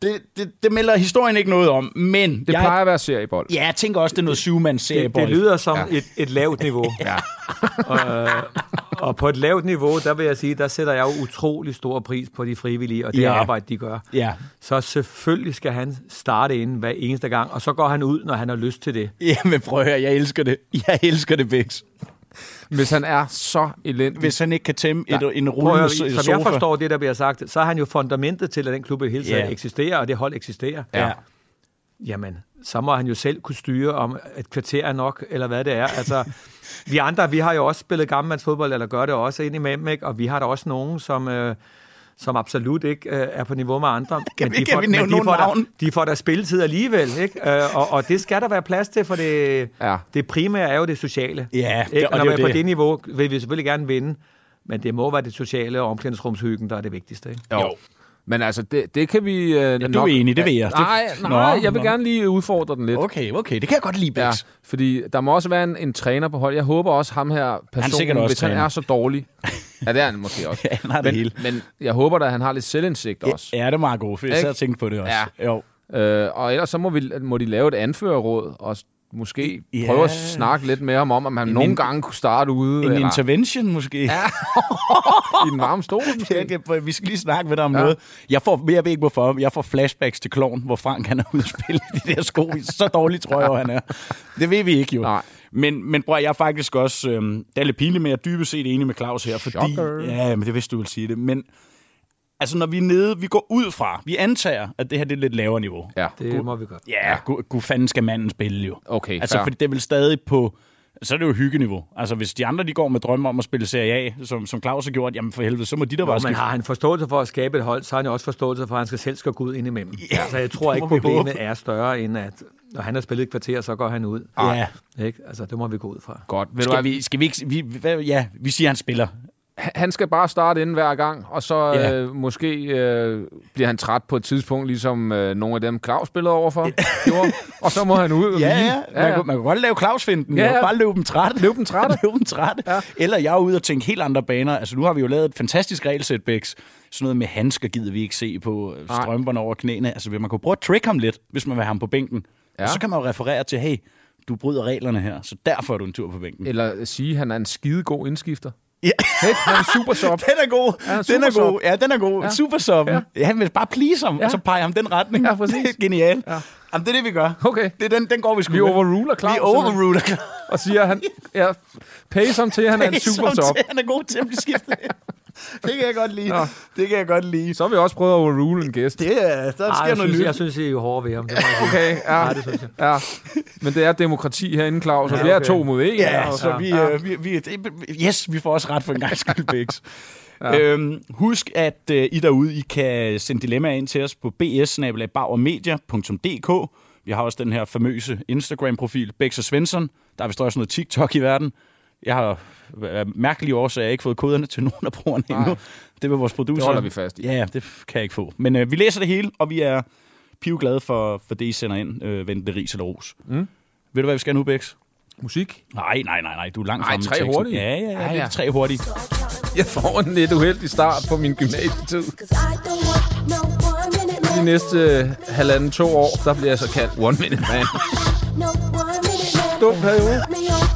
Det, det, det melder historien ikke noget om, men
Det
jeg,
plejer at være seriebold.
ja, jeg tænker også, det er noget
Det,
syvmands-seriebold.
det lyder som ja. et, et lavt niveau. ja. og, og på et lavt niveau, der vil jeg sige, der sætter jeg jo utrolig stor pris på de frivillige og det
Ja.
ja. arbejde, de gør.
Ja.
Så selvfølgelig skal han starte inden hver eneste gang, og så går han ud, når han har lyst til det.
Jamen prøv at høre, jeg elsker det. Jeg elsker det, Bix.
Hvis han er så elendig.
Hvis han ikke kan tæmme et, en
Prøv at, høre,
rullende so- sofa.
som jeg forstår det, der bliver sagt, så er han jo fundamentet til, at den klub i det hele taget
Ja.
eksisterer, og det hold eksisterer.
Ja.
Jamen, så må han jo selv kunne styre, om et kvarter er nok, eller hvad det er. Altså, vi andre, vi har jo også spillet gammelmandsfodbold, eller gør det også indimellem, ikke? og vi har da også nogen, som... Øh, som absolut ikke øh, er på niveau med andre.
Kan vi- kan vi nævne
de
nogle
får
navne?
Der, de får der spilletid alligevel, ikke? Øh, og, og det skal der være plads til, for det,
Ja.
ja. det primære er jo det sociale.
Ja,
ikke?
og
Og når
det er
man
jo
er på
det.
det niveau, vil vi selvfølgelig gerne vinde, men det må være det sociale og omklædningsrumshyggen, der er det vigtigste. Ikke?
Jo. Men altså, det, det kan vi... Øh, ja,
du er enig, det ved jeg. Det-
Nej,
Nå,
nej, Nå, jeg vil
nå.
gerne lige udfordre den lidt.
Okay, okay. Det kan jeg godt lide, Bix.
Ja,
Ja.
fordi der må også være en, en træner på hold. Jeg håber også, ham her personen,
sikkert også
hvis han
træner.
er så dårlig... Ja, det er han måske også.
Ja, han har det
men,
hele.
men jeg håber da, at han har lidt selvindsigt også.
Ja, det er meget godt, for jeg
Ikke?
sad og tænkte på det også.
Ja.
Jo.
Øh, og ellers så må, vi, må de lave et anførerråd, og s- måske
Ja.
yeah. prøve at snakke lidt med ham om, at man nogle
in-
gange kunne starte ude
En
eller
intervention måske. Ja.
i den varme stol.
Jeg
Måske.
kan, vi skal lige snakke med dig om
Ja.
ja. noget. Jeg får, jeg ved ikke hvorfor, jeg får flashbacks til Kloven, hvor Frank han er ude at spille i de der sko. i. Så dårlig tror jeg, jo, han er. Det ved vi ikke jo.
Nej.
Men, men bror, jeg er faktisk også, øhm, det er lidt pinligt, men jeg er dybest set enig med Claus her, fordi,
Shocker.
ja, men det vidste du vil sige det, men altså når vi er nede, vi går ud fra, vi antager, at det her det er lidt lavere niveau.
Ja,
Det må vi gøre.
Ja, gu, gu fanden skal manden spille jo.
Okay,
Altså,
fair.
fordi det er vel stadig på... Så er det jo hyggeniveau. Altså, hvis de andre de går med drømme om at spille Serie A, som, som Claus har gjort, jamen for helvede, så må de der bare
Og man
skifte.
har han forståelse for at skabe et hold, så har han jo også forståelse for, at han skal selv skal gå ud indimellem. Ja, altså, jeg tror ikke,
må vi
problemet er større, end at når han har spillet et kvarter, så går han ud.
Ja.
Ikke? Altså, det må vi gå ud fra.
godt. Ved du
Skal
hvad,
vi, skal vi ikke... Vi, hvad, ja, vi siger, han spiller.
han skal bare starte inden hver gang, og så
Ja.
øh, måske øh, bliver han træt på et tidspunkt, ligesom øh, nogle af dem Claus spillede overfor. gjorde. og så må han ud og
Ja,
hvile.
ja. Man, Kunne, man kunne godt lave Claus-finden.
Ja,
Ja,
ja.
Bare løbe dem trætte.
Løbe dem trætte.
løbe dem trætte. Ja. Eller jeg er ude og tænke helt andre baner. Altså, nu har vi jo lavet et fantastisk regelsæt, Bæks. Sådan noget med handsker gider vi ikke se på øh, strømperne over knæene. Altså, man kunne prøve at trick ham lidt, hvis man vil have ham på bænken. Ja.
Ja.
Og så kan man jo referere til, hey, du bryder reglerne her, så derfor er du en tur på bænken.
Eller sige, at han er en skidegod indskifter.
Ja.
Hey, han er super sop.
Den er god.
Ja,
den er
supersub.
god. Ja, den er god.
Ja.
Ja. Super som.
Ja.
Ja. Han vil bare please ham,
Ja.
ja. og så pege ham den retning.
Ja, præcis.
Det er genialt.
Ja.
Ja. Jamen, det er det, vi gør.
Okay.
Det er den, den går vi sgu
Vi
med.
overruler Claus.
Vi overruler Claus.
Og siger, at han ja, pace ham til, at han er en super sop.
Han er god til at blive skiftet. det kan jeg godt lide.
Nå.
Det kan jeg godt lide.
Så har vi også prøvet at overrule en gæst.
Det er, der
Ej,
sker
jeg,
noget
synes,
nyt.
jeg synes, I er hårde ved ham. Det må jeg sige.
Okay, ja.
Nej, det synes jeg.
Ja, men det er demokrati herinde, Claus, og
Ja,
vi er
okay.
to mod en.
Ja,
og-
så vi,
ja.
Øh, vi, vi det, yes, vi får også ret for en gang skyld, Bix. ja. øhm, husk, at øh, I derude, I kan sende dilemmaer ind til os på bs Vi har også den her famøse Instagram-profil, Bex og Svensson. Der er vist også noget TikTok i verden. Jeg har af mærkelige årsager ikke fået koderne til nogen af brugerne
Nej.
endnu. Det var vores producer.
Det holder vi fast i.
Ja, ja, det kan jeg ikke få. Men øh, vi læser det hele, og vi er pivglade for, for det, I sender ind, øh, vend det ris eller ros.
Mm.
Ved du, hvad vi skal nu, Bex?
Musik?
Nej, nej, nej, nej. Du er langt
Ej,
fremme i
tre
teksten.
hurtige?
Ja, ja, ja.
Ej,
det er
ja.
tre hurtige.
Jeg får en lidt uheldig start på min gymnasietid.
Cause I don't want no one minute
De
left.
næste øh, halvanden, to år, der bliver jeg så kaldt One Minute Man.
No one minute left.
Dum periode.
Cut me off.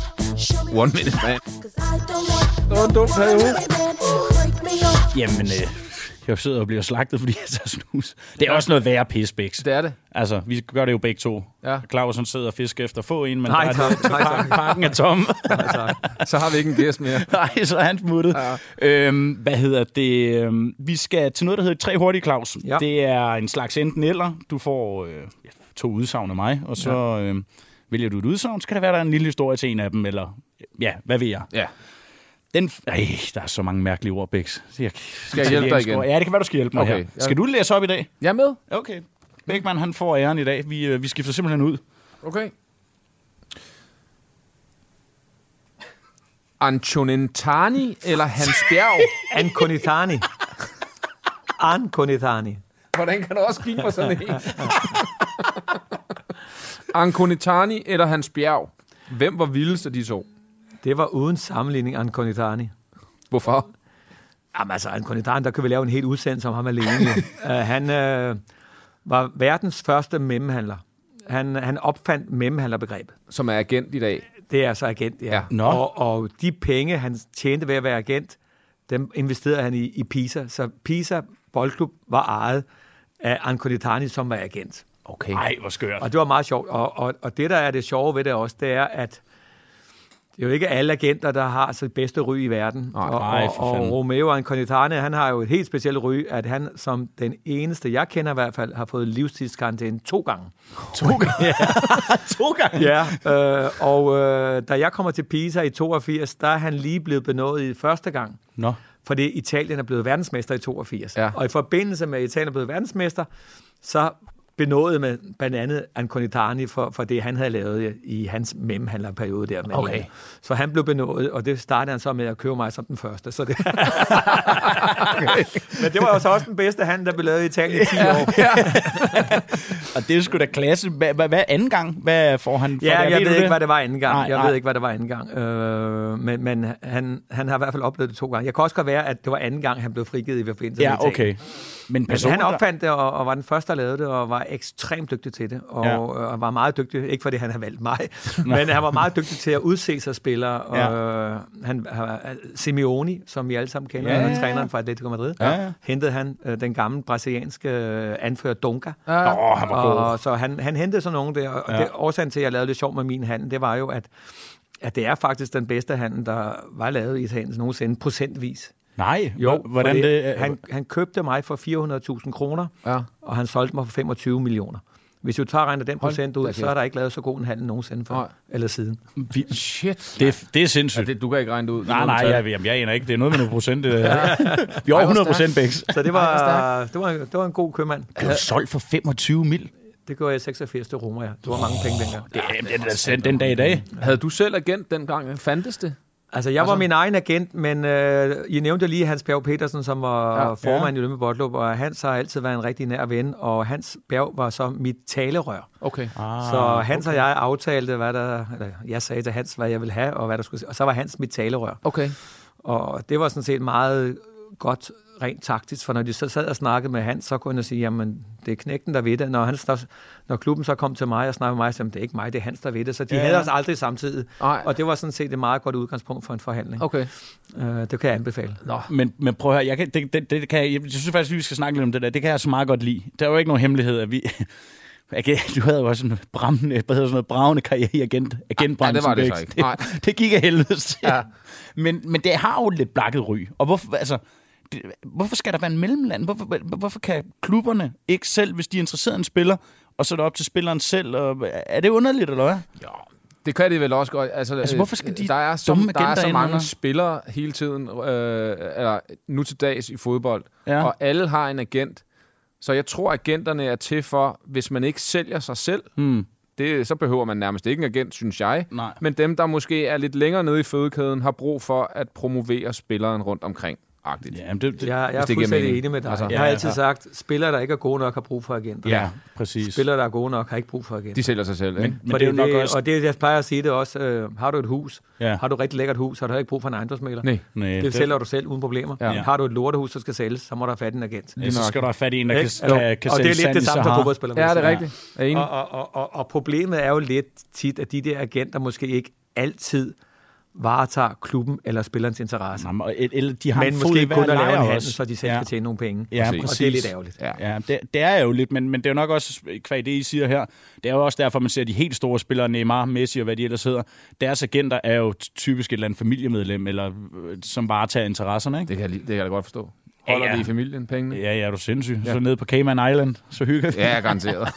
Show me
One Minute Man.
'cause I don't want
Det var en dum
no
periode.
minute left. Break me off.
Jamen, øh, jeg sidder og bliver slagtet, fordi jeg tager snus. Det er også noget værre pis, Bex.
Det er det.
Altså, vi gør det jo begge to.
Ja.
Clausen sidder og fisker efter få en, men
Nej,
der er
tak. Nej, tak.
pakken er tom.
Så har vi ikke en gæst mere.
Nej, så er han smuttet.
Ja.
Øhm, hvad hedder det? Øhm, Vi skal til noget, der hedder Tre Hurtige Claus.
Ja.
Det er en slags enten eller. Du får øh, ja, to udsagn af mig, og så øh, vælger du et udsagn. Så kan det være, der er en lille historie til en af dem, eller ja, hvad ved jeg.
Ja.
Den, ej, der er så mange mærkelige ord, Bix. Jeg,
Skal jeg hjælpe dig igen?
Ja, det kan være, du skal hjælpe mig
Okay,
okay. her.
ja.
Skal du læse op i dag?
Jeg er med.
Okay. Bækman, han får æren i dag. Vi, øh, vi skifter simpelthen ud.
Okay. Antonentani eller Hans Bjerg?
Ankonitani. Ankonitani.
Hvordan kan du også give mig sådan en? Antonentani eller Hans Bjerg? Hvem var vildest af de to?
Det var uden sammenligning Ankonitani.
Hvorfor?
Jamen altså, Ankonitani, der kan vi lave en helt udsendelse om ham alene. uh, han øh, var verdens første memhandler. Han, han opfandt memhandlerbegrebet.
Som er agent i dag.
Det er altså agent, ja.
Ja.
ja.
Nå.
Og, og de penge, han tjente ved at være agent, dem investerede han i, i Pisa. Så Pisa Boldklub var ejet af Ankonitani, som var agent.
Okay.
Nej, hvor skørt.
Og det var meget sjovt. Og, og, og det, der er det sjove ved det også, det er, at det er jo ikke alle agenter, der har sit bedste ry i verden.
Nej,
og,
nej, for
og, og
fanden.
Romeo Anconitane, han har jo et helt specielt ry, at han som den eneste, jeg kender i hvert fald, har fået livstidskarantæne to gange.
To gange. to gange.
Ja. øh, og øh, da jeg kommer til Pisa i 82, der er han lige blevet benået i første gang
Nå.
fordi Italien er blevet verdensmester i 82.
Ja.
Ja. Og i forbindelse med, at Italien er blevet verdensmester, så benåede med blandt andet Anconitani for, for det, han havde lavet i, i hans memhandlerperiode der. Med
Okay.
Så han blev benådet, og det startede han så med at købe mig som den første. Så det... Men det var jo så også den bedste handel, der blev lavet i Italien i 10 år.
Og det er sgu da klasse. Hvad, hvad, hvad anden gang? Hvad får han for
Ja,
det?
jeg
du
ved ikke, hvad det var anden gang.
Nej,
jeg
nej.
ved ikke, hvad det var anden gang. Øh, men men han, han har i hvert fald oplevet det to gange. Jeg kan også godt være, at det var anden gang, han blev frigivet i forbindelse med
Ja, okay.
Italien.
Men
Altså,
personen,
han opfandt det, og, og var den første, der lavede det, og var ekstremt dygtig til det, og,
Ja.
ja. og var meget dygtig, ikke fordi han havde valgt mig, men han var meget dygtig til at udse sig spillere, og ja. han, han, Simeone, som vi alle sammen kender,
Ja,
ja,
ja,
ja. træneren fra Atletico Madrid,
Ja, ja.
hentede han øh, den gamle brasilianske øh, anfører Dunga,
Der... Åh, han var god.
og, så han, han hentede sådan nogen der, og
Ja.
ja. det, årsagen til, at jeg lavede det sjov med min handel, det var jo, at, at det er faktisk den bedste handel, der var lavet i Italien nogensinde, procentvis.
Nej,
Jo,
hv- hvordan
fordi
det... øh,
han, han købte mig for 400.000 kroner,
Ja.
og han solgte mig for 25 millioner. Hvis du tager og regner den
Hold
procent
da
ud,
kæft.
så er der ikke lavet så god en handel nogensinde for,
Nej.
eller siden.
Øh, Vi...
Shit.
Det, er- det er
Ja,
sindssygt.
det, du kan ikke regne det ud.
Nej, nej, jeg, jamen, jeg aner ikke. Det er noget med nogle procent. Det... ja. Vi er over
Ej, hvor
100 procent, Bex.
Så det
Ej, hvor
var, det var, det var en god købmand.
Det var solgt for 25 mil.
Det gjorde jeg i 86 til Roma, ja. Det var mange penge dengang.
Det, ja, det, det, den, den dag i dag.
Havde du selv agent dengang? Fandtes det?
Altså, jeg var min egen agent, men øh, I nævnte lige Hans Bjerg Petersen, som var
Ja.
ja, formand ja. i Lømme Botlub, og Hans har altid været en rigtig nær ven, og Hans Bjerg var så mit talerør.
Okay.
Ah,
Så Hans og jeg aftalte, hvad der, eller jeg sagde til Hans, hvad jeg ville have, og hvad der skulle Og så var Hans mit talerør.
Okay.
Og det var sådan set meget godt rent taktisk, for når de så sad og snakkede med Hans, så kunne han sige, jamen, det er knægten, der ved det. Når, han, så- når klubben så kom til mig og snakkede med mig, så sagde han, det er ikke mig, det er Hans, der ved det. Så de
Ja.
ja. havde os aldrig samtidig.
Nej.
Og det var sådan set et meget godt udgangspunkt for en forhandling.
Okay.
Øh, det kan jeg anbefale.
Nå.
Men, men prøv at høre, jeg, kan, det, det, det kan, jeg, jeg synes faktisk, vi skal snakke lidt om det der. Det kan jeg så meget godt lide. Der er jo ikke nogen hemmelighed, at vi... Okay, du havde jo også en bramende, hvad hedder sådan noget, bravende karriere i agent, agentbranchen.
det var det
Bex.
så ikke. Nej.
Det, det gik af helvede til.
Ja.
Men, men det har jo lidt blakket ry. Og hvorfor, altså, det, hvorfor skal der være en mellemland? Hvorfor, hvor- hvorfor kan klubberne ikke selv, hvis de er interesseret i en spiller, og så er det op til spilleren selv? Og, er det underligt, eller hvad?
Det kan de vel også godt. Altså,
Altså,
øh,
hvorfor skal de
der er så,
dumme
der er
agenter
så
ind
mange
under?
spillere hele tiden, øh, eller nu til dags i fodbold,
Ja.
og alle har en agent. Så jeg tror, agenterne er til for, hvis man ikke sælger sig selv,
Hmm.
det, så behøver man nærmest ikke en agent, synes jeg.
Nej.
Men dem, der måske er lidt længere nede i fødekæden, har brug for at promovere spilleren rundt omkring. Agtigt.
Ja, men det, det,
Jeg, jeg
det
er
giver mening.
fuldstændig enig med dig.
Altså-
Altså, jeg har
Ja,
altid
ja.
sagt, spillere, der ikke er gode nok, har brug for agenter.
ja, præcis.
Spillere, der er gode nok, har ikke brug for agenter.
De sælger sig selv, ikke?
men, men det er jo nok også...
Og det, jeg plejer at sige det også, øh, har du et hus,
Ja.
ja. har du et rigtig lækkert hus, har du heller ikke brug for en ejendomsmægler.
Nej.
Nej,
det,
det-
det sælger du selv uden problemer.
Ja.
Ja. Har du et lortehus, der skal sælges, så må der have fat i en agent.
Ja, så skal du have fat i en, der
Ikke?
kan, kan, kan
og det
sælge
er lidt
sand i
det samme som
Sahara.
fodboldspillerne.
Ja, det er
siger.
rigtigt. Jeg er enig.
Og, og, og, og problemet er jo lidt tit, at de der agenter måske ikke altid varetager klubben eller spillerens interesse.
Nå, men et- Eller de har
Men
en
måske
fod i hver
kun at lave en
lejr
handel,
også.
så de selv
ja.
kan tjene nogle penge.
Ja,
Præcis.
præcis.
Og det er lidt ærgerligt.
Ja.
Ja, det, det er jo lidt, men, men det er jo nok også, hvad det I siger her, det er jo også derfor, man ser de helt store spillere, Neymar, Messi og hvad de ellers hedder, deres agenter er jo typisk et eller andet familiemedlem, eller øh, som varetager interesserne, ikke?
Det kan, jeg, li- det kan jeg da godt forstå. Holder
Ja, ja.
det i familien pengene?
Ja, ja, er du sindssyg. Ja. Så nede på Cayman Island, så hygger vi.
Ja, garanteret.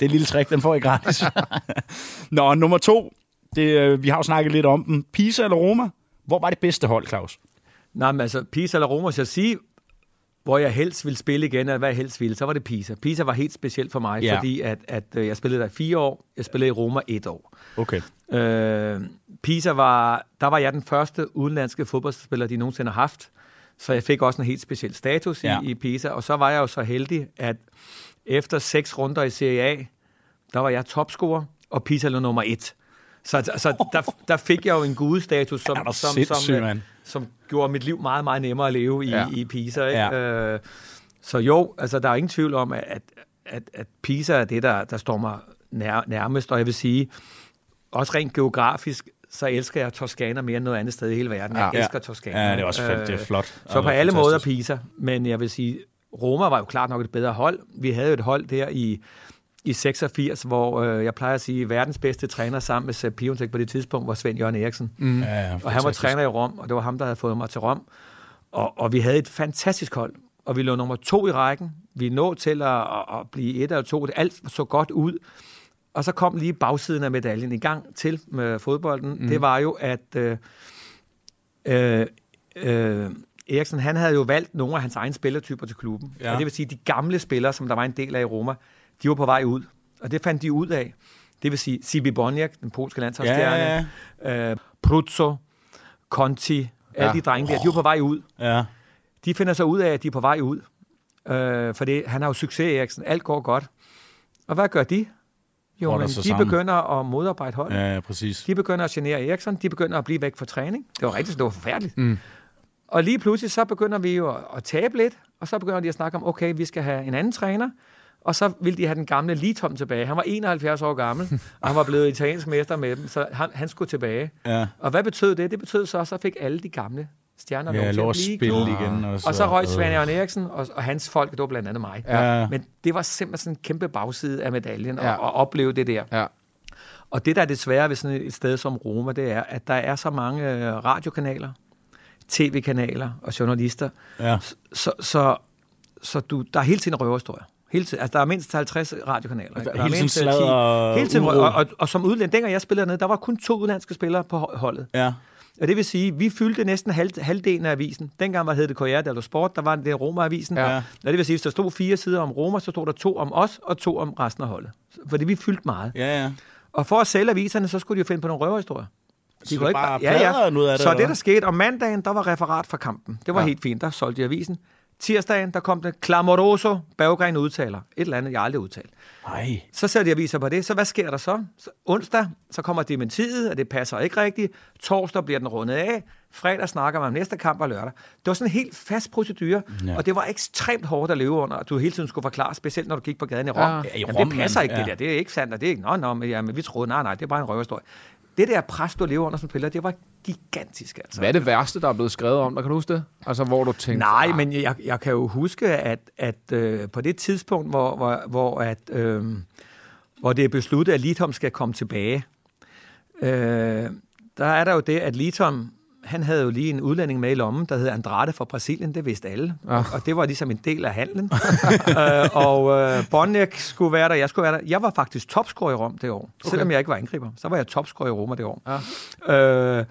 Det lille trick, den får I gratis. Nå, nummer to. Det, øh, vi har jo snakket lidt om den. Pisa eller Roma? Hvor var det bedste hold, Claus?
Nej, men altså, Pisa eller Roma, så sige, hvor jeg helst ville spille igen, eller hvad jeg helst ville, så var det Pisa. Pisa var helt specielt for mig,
Ja.
ja. fordi at, at øh, jeg spillede der i fire år, jeg spillede i Roma et år.
Okay.
Øh, Pisa var, der var jeg den første udenlandske fodboldspiller, de nogensinde har haft, så jeg fik også en helt speciel status
Ja.
ja. i, i Pisa, og så var jeg jo så heldig, at efter seks runder i Serie A, der var jeg topscorer, og Pisa lå nummer et. Så, så der, der fik jeg jo en gudestatus, som,
Er du
som,
sindssyg,
som, øh,
mand?
som gjorde mit liv meget, meget nemmere at leve i,
Ja.
ja. i Pisa. Ikke?
Ja.
Ja. Øh, så jo, altså, der er ingen tvivl om, at, at, at, at Pisa er det, der, der står mig nær, nærmest, og jeg vil sige, også rent geografisk, så elsker jeg Toskana mere end noget andet sted i hele verden. Jeg
Ja.
elsker Toskana.
Ja, det er også fedt. Det er flot.
Så
Og
på alle
fantastisk.
måder Pisa, men jeg vil sige, Roma var jo klart nok et bedre hold. Vi havde jo et hold der i, i 86, hvor øh, jeg plejer at sige, verdens bedste træner sammen med Sepp Piontek på det tidspunkt var Svend Jørgen Eriksen. Mm.
Ja, ja,
Og han var
fantastisk.
træner i Rom, og det var ham, der havde fået mig til Rom. Og, og vi havde et fantastisk hold, og vi lå nummer to i rækken. Vi nåede til at, at, at blive et eller to. Alt så godt ud. Og så kom lige bagsiden af medaljen i gang til med fodbolden. Mm. Det var jo, at øh, øh, øh, Eriksen, han havde jo valgt nogle af hans egne spillertyper til klubben.
Ja.
Ja. Og det vil sige, at de gamle spillere, som der var en del af i Roma, de var på vej ud. Og det fandt de ud af. Det vil sige, Sibi Bonjak, den polske landsholdsstjerne,
Ja,
øh, Pruzzo, Conti, alle
Ja.
de drenge der, de er jo på vej ud.
Ja.
De finder så ud af, at de er på vej ud. Øh, for det, han har jo succes, Eriksen. Alt går godt. Og hvad gør de? Jo,
Holder
men
sig
de
sammen.
begynder at modarbejde holdet. Ja.
Ja, ja, præcis.
De begynder at genere Eriksen. De begynder at blive væk fra træning. Det var rigtig, det var forfærdeligt. Mm. Og lige pludselig, så begynder vi jo at- at tabe lidt. Og så begynder de at snakke om, okay, vi skal have en anden træner. Og så ville de have den gamle Litom tilbage. Han var 71 år gammel, og han var blevet italiensk mester med dem, så han, han skulle tilbage.
Ja.
Og hvad betød det? Det betød så, at så fik alle de gamle stjerner
Ja, lov
lov
at
til at
spille
blive i klubben.
igen. Og så, øh.
Og så røg Svend Jørgen Eriksen og, og hans folk, det var blandt andet mig.
Ja.
Men det var simpelthen sådan en kæmpe bagside af medaljen at,
Ja.
at opleve det der.
Ja.
Og det, der er det svære ved sådan et sted som Roma, det er, at der er så mange øh, radiokanaler, tv-kanaler og journalister.
Ja.
Så, så, så du, der er hele tiden røverhistorier. Hele tiden, altså, der er mindst 50 radiokanaler. ikke?
Der er
Der
hele tiden
mindst, øh,
sladder
10.
og
hele tiden,
uro.
og, og, og som udlænd, dengang jeg spillede ned, der var kun to udlandske spillere på ho- holdet.
Ja.
Og det vil sige, at vi fyldte næsten halv, halvdelen af avisen. Dengang var hed det Corriere dello Sport, der var det Roma-avisen.
Ja.
Ja. Og det vil sige, hvis der stod fire sider om Roma, så stod der to om os og to om resten af holdet. Fordi vi fyldte meget.
Ja, ja.
Og for at sælge aviserne, så skulle de jo finde på nogle røverhistorier. De
du bare pladrede noget af det,
så
eller
det, der
hvad?
skete om mandagen, der var referat fra kampen. Det var
Ja.
ja. helt fint, der solgte de avisen. Tirsdagen, der kom det, Clamoroso, Berggren udtaler. Et eller andet, jeg aldrig udtalt.
Ej.
Så sælger de aviser på det. Så hvad sker der så? så onsdag, så kommer dementiet, og det passer ikke rigtigt. Torsdag bliver den rundet af. Fredag snakker man om næste kamp og lørdag. Det var sådan en helt fast procedure, ja. og det var ekstremt hårdt at leve under, at du hele tiden skulle forklare, specielt når du gik på gaden i Rom.
Ja.
Ja,
Ja,
i
Jamen,
Rom,
det passer
mand.
ikke, ja. det
Ja.
der. Det er ikke sandt, og det er ikke, nå, nå, men, jamen, vi troede, nej, nej, det er bare en røverhistorie. Det der pres, du lever under som spiller, det var gigantisk, altså.
Hvad er det værste, der er blevet skrevet om dig? Kan du huske det? Altså, hvor du tænkte...
Nej,
"Ah,
men jeg, jeg kan jo huske, at, at øh, på det tidspunkt, hvor, hvor, hvor, at, øh, hvor det er besluttet, at Litom skal komme tilbage, øh, der er der jo det, at Litom, han havde jo lige en udlænding med i lommen, der hed Andrade fra Brasilien, det vidste alle. Ja. Og det var ligesom en del af handlen. øh, og øh, Bonniak skulle være der, jeg skulle være der. Jeg var faktisk topscorer i Rom det år. Okay. Selvom jeg ikke var angriber, så var jeg topscorer i Roma det år. Ja. Øh,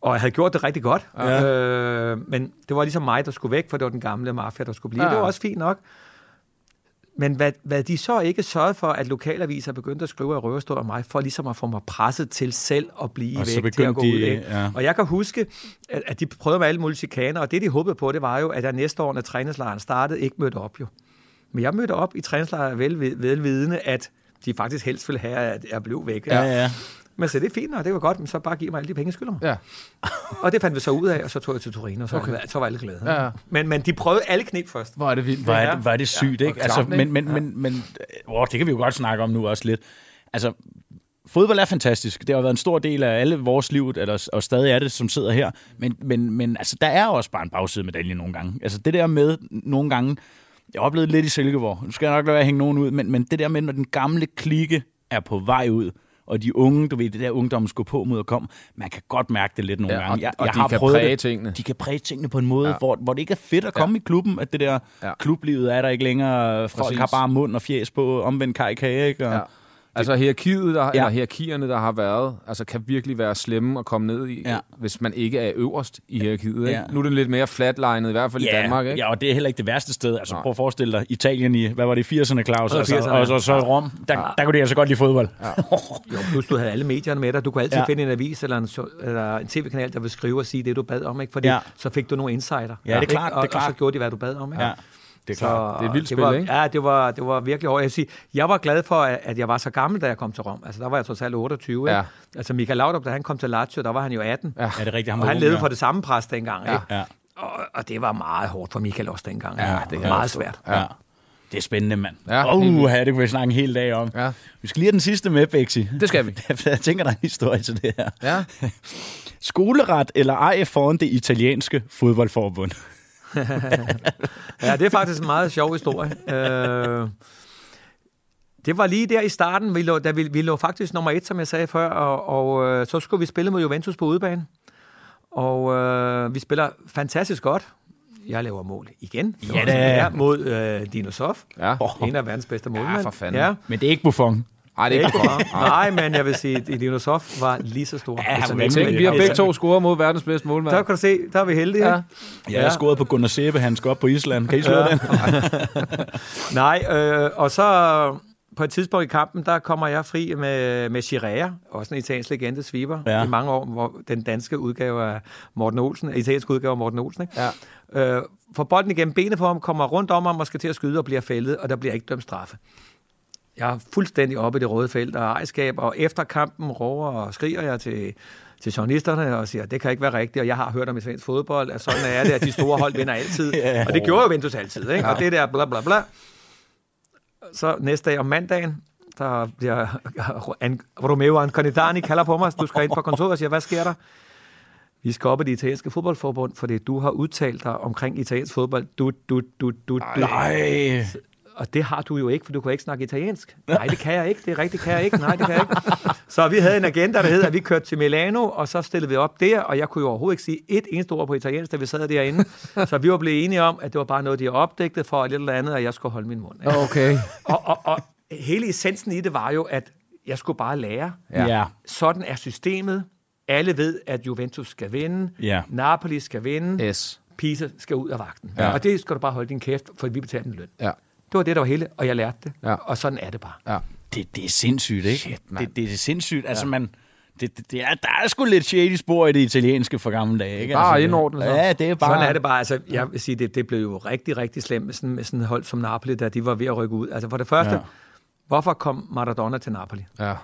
og jeg havde gjort det rigtig godt. Ja. Øh, men det var ligesom mig, der skulle væk, for det var den gamle mafia, der skulle blive.
Ja.
Ja. Det var også fint nok. Men hvad, hvad de så ikke sørgede for, at lokalaviser begyndte at skrive af røverstået om mig, for ligesom at få mig presset til selv at blive
Og så
væk til at gå
begyndte
ud.
de-
Ikke?
ja.
Og jeg kan huske, at, at de prøvede med alle mulige chikaner, og det de håbede på, det var jo, at jeg næste år, når træningslejren startede, ikke mødte op jo. Men jeg mødte op i træningslejren vel, velvidende, at de faktisk helst ville have, at jeg blev væk.
Ja, ja.
Men så det er fint, og det var godt, men så bare giv mig alle de penge, jeg skylder mig.
Ja.
Og det fandt vi så ud af, og så tog jeg til Turin, og så, okay. så var alle glade.
Ja, ja.
Men, men de prøvede alle knep først.
Hvor er det vildt.
Hvor er,
Ja.
det, hvor er det sygt, ja, ikke?
og
Altså,
klamt,
men,
ikke?
men, men, men øh, åh, det kan vi jo godt snakke om nu også lidt. Altså, fodbold er fantastisk. Det har jo været en stor del af alle vores liv, eller, og stadig er det, som sidder her. Men, men, men altså, der er også bare en bagside af medaljen nogle gange. Altså, det der med nogle gange... Jeg oplevede lidt i Silkeborg. Nu skal jeg nok lade være at hænge nogen ud, men, men det der med, når den gamle klikke er på vej ud, og de unge, du ved, det der ungdommen skulle på mod at komme, man kan godt mærke det lidt nogle
Ja, og-
gange.
og de kan præge tingene.
de kan præge tingene på en måde, ja.
Ja.
hvor, hvor det ikke er fedt at komme ja. i klubben, at det der ja.
Ja.
klublivet er der ikke længere. Folk Præcis.
Præcis.
har bare mund og fjes på, omvendt kaj kage, ikke? Og,
Ja. Altså hierarkiet, der, ja. eller hierarkierne, der har været, altså kan virkelig være slemme at komme ned i,
Ja.
ja. hvis man ikke er øverst i hierarkiet. Ikke?
Ja.
Nu er det lidt mere flatlinet, i hvert fald i Danmark. Ikke?
ja, og det er heller ikke det værste sted. Altså,
Nej.
prøv at forestille dig Italien i, hvad var det, 80'erne, Claus?
Det var
Altså,
80'erne,
og, så,
ja.
og så Rom, der, der kunne de altså godt lide fodbold. Ja.
Jo, plus du havde alle medierne med dig. Du kunne altid
Ja.
ja. finde en avis eller en, so- eller en tv-kanal, der ville skrive og sige det, du bad om. Ikke? Fordi
Ja.
ja. så fik du nogle insider.
det er
ikke?
klart, det er
og, Og
klart.
så gjorde de, hvad du bad om. Ikke?
ja, det er klart.
Så
Det er et vildt spil,
var,
ikke?
Ja, det var, det var virkelig hårdt. Jeg, vil sige, jeg var glad for, at at jeg var så gammel, da jeg kom til Rom. Altså, der var jeg trods alt 28.
Ja.
Ikke? Altså, Michael Laudrup, da han kom til Lazio, der var han jo 18.
Ja.
Ja, det er rigtigt.
Og
var
han
ung,
levede
ja.
for det samme pres dengang.
Ja.
Ikke?
Ja.
Og, og det var meget hårdt for Michael også dengang.
Ja,
det
det
var
kan
meget svært.
Ja. Det er spændende, mand.
Ja,
Ja,
helt
uh, det kunne vi snakke en hel dag om.
Ja.
Vi skal lige have den sidste med, Bexi.
Det skal vi.
Jeg tænker, der er en historie til det her.
Ja.
Skoleret eller ej foran det italienske fodboldforbund.
Ja, det er faktisk en meget sjov historie. Øh, det var lige der i starten, vi lå, da vi, vi lå faktisk nummer et, som jeg sagde før, og, og øh, så skulle vi spille mod Juventus på udebane. Og øh, vi spiller fantastisk godt. Jeg laver mål igen.
Ja da.
Ja, mod øh, Dinosov.
Ja.
En af verdens bedste målmænd.
for fanden.
Ja.
Men det er ikke Buffon.
Ej, det er
Ikke
ikke for
for Nej, men jeg vil sige, at Dinosov var lige så stor. Altså,
han var
som
vanvittig.
Juventus.
Vi har begge to scoret mod verdens bedste målmand.
Der kan du se, der er vi heldige.
Ja.
Ja.
Ja, jeg scorede på Gunnar Sæbe, han skal op på Island. Kan I slå ja. den?
Nej, øh, og så på et tidspunkt i kampen, der kommer jeg fri med, med Chirera, også en italiensk legende sviber,
Ja.
ja. i mange år, hvor den danske udgave af Morten Olsen, italiensk udgave af Morten Olsen, ikke? Ja. Øh, får bolden igennem benet på ham, kommer rundt om ham og skal til at skyde og bliver fældet, og der bliver ikke dømt straffe. Jeg er fuldstændig oppe i det røde felt og ejerskab, og efter kampen råber og skriger jeg til, til journalisterne og siger, det kan ikke være rigtigt, og jeg har hørt om italiensk fodbold, at sådan er det, at de store hold vinder altid. ja. Og det gjorde jo Ventus altid, ikke? og det der bla bla bla så næste dag om mandagen, der bliver an, Romeo Anconitani kalder på mig, du skal ind på kontoret og siger, hvad sker der? Vi skal op i det italienske fodboldforbund, fordi du har udtalt dig omkring italiensk fodbold. Du, du, du, du, du.
Nej.
Og det har du jo ikke, for du kan ikke snakke italiensk. Nej, det kan jeg ikke. Det er rigtigt, det kan jeg ikke. Nej, det kan jeg ikke. Så vi havde en agenda, der hed, at vi kørte til Milano, og så stillede vi op der, og jeg kunne jo overhovedet ikke sige et eneste ord på italiensk, da vi sad derinde. Så vi var blevet enige om, at det var bare noget, de opdagede for et eller andet, og jeg skulle holde min mund. ikke?
Okay.
og, og, og hele essensen i det var jo, at jeg skulle bare lære.
Ja.
Ja.
ja.
Sådan er systemet. Alle ved, at Juventus skal vinde,
Ja.
Napoli skal vinde,
S.
Pisa skal ud af vagten.
Ja.
Og det skal du bare holde din kæft, for vi betaler din løn.
Ja.
Det var det, der var hele, og jeg lærte det.
Ja.
Og sådan er det bare.
Ja.
Det, det er sindssygt, ikke?
Shit, mand.
det, det er sindssygt. Altså, man... Det, det, det er, der er sgu lidt shady spor i det italienske fra gamle dage, ikke?
bare
altså,
indordnet, så.
Ja, det er bare...
Sådan er det bare. Altså, jeg vil sige, det, det blev jo rigtig, rigtig slemt med sådan, med sådan et hold som Napoli, da de var ved at rykke ud. Altså for det første,
Ja.
ja. hvorfor kom Maradona til Napoli?
Ja.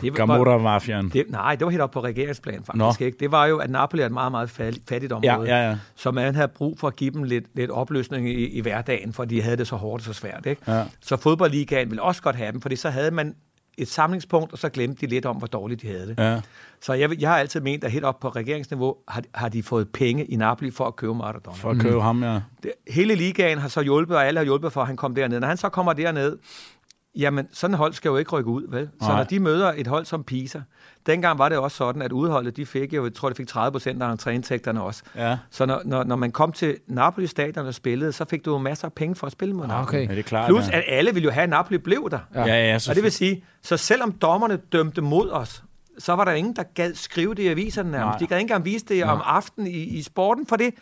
Det var-
Gamoda-mafian.
Det, nej, det var helt op på regeringsplan faktisk
Nå.
Nå. ikke. Det var jo, at Napoli er et meget, meget fal- fattigt område.
Ja, ja, ja.
Så man havde brug for at give dem lidt, lidt opløsning i, i hverdagen, for de havde det så hårdt og så svært. Ikke?
Ja.
Så fodboldligaen ville også godt have dem, fordi så havde man et samlingspunkt, og så glemte de lidt om, hvor dårligt de havde det.
Ja.
Så jeg, vil- jeg har altid ment, at helt op på regeringsniveau har, har de fået penge i Napoli for at købe Maradona.
For at købe mm. ham, ja.
Det, hele ligaen har så hjulpet, og alle har hjulpet for, at han kom derned. Når han så kommer derned, jamen, sådan et hold skal jo ikke rykke ud, vel? Så
Nej.
når de møder et hold som Pisa, dengang var det også sådan, at udholdet, de fik jo, jeg tror, de fik 30 procent af entréindtægterne også.
Ja.
Så når, når, når, man kom til Napoli stadion og spillede, så fik du jo masser af penge for at spille mod Napoli.
Okay.
Ah, Ja, det er klart.
Plus,
ja.
at alle ville jo have, at Napoli blev der.
Ja, ja,
og det vil sige, så selvom dommerne dømte mod os, så var der ingen, der gad skrive det i aviserne nærmest.
Nej.
De gad ikke engang vise det om aftenen i, i sporten, for det,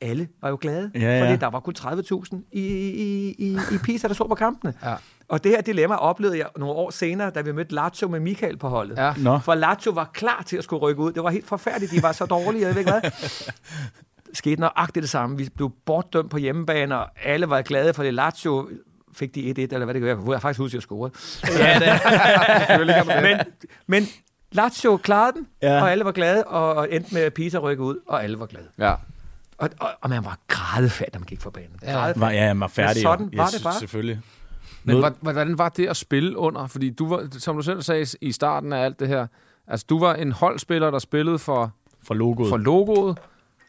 alle var jo glade,
Ja, ja.
fordi der var kun 30.000 i, i, i, i Pisa, der så på kampene.
Ja.
Og det her dilemma oplevede jeg nogle år senere, da vi mødte Lazio med Michael på holdet.
Ja.
Nå.
For Lazio var klar til at skulle rykke ud. Det var helt forfærdeligt, de var så dårlige, jeg ved ikke hvad. Skete nøjagtigt det samme. Vi blev bortdømt på hjemmebane, og alle var glade for det. Lazio fik de 1-1, eller hvad det gør. Jeg kan faktisk huske, at jeg scorede. Ja, det men, men Lazio klarede den,
Ja.
ja. og alle var glade, og og endte med at Pisa rykke ud, og alle var glade.
Ja.
Og, og, og man var grædefærdig, når man gik fra banen. Ja.
Var, ja, jeg var færdig.
Men sådan
jo.
var
Yes,
det bare.
Selvfølgelig.
Men
Noget-
hva- hvordan var det at spille under? Fordi du var, som du selv sagde i starten af alt det her, altså du var en holdspiller, der spillede for,
For logoet.
for logoet.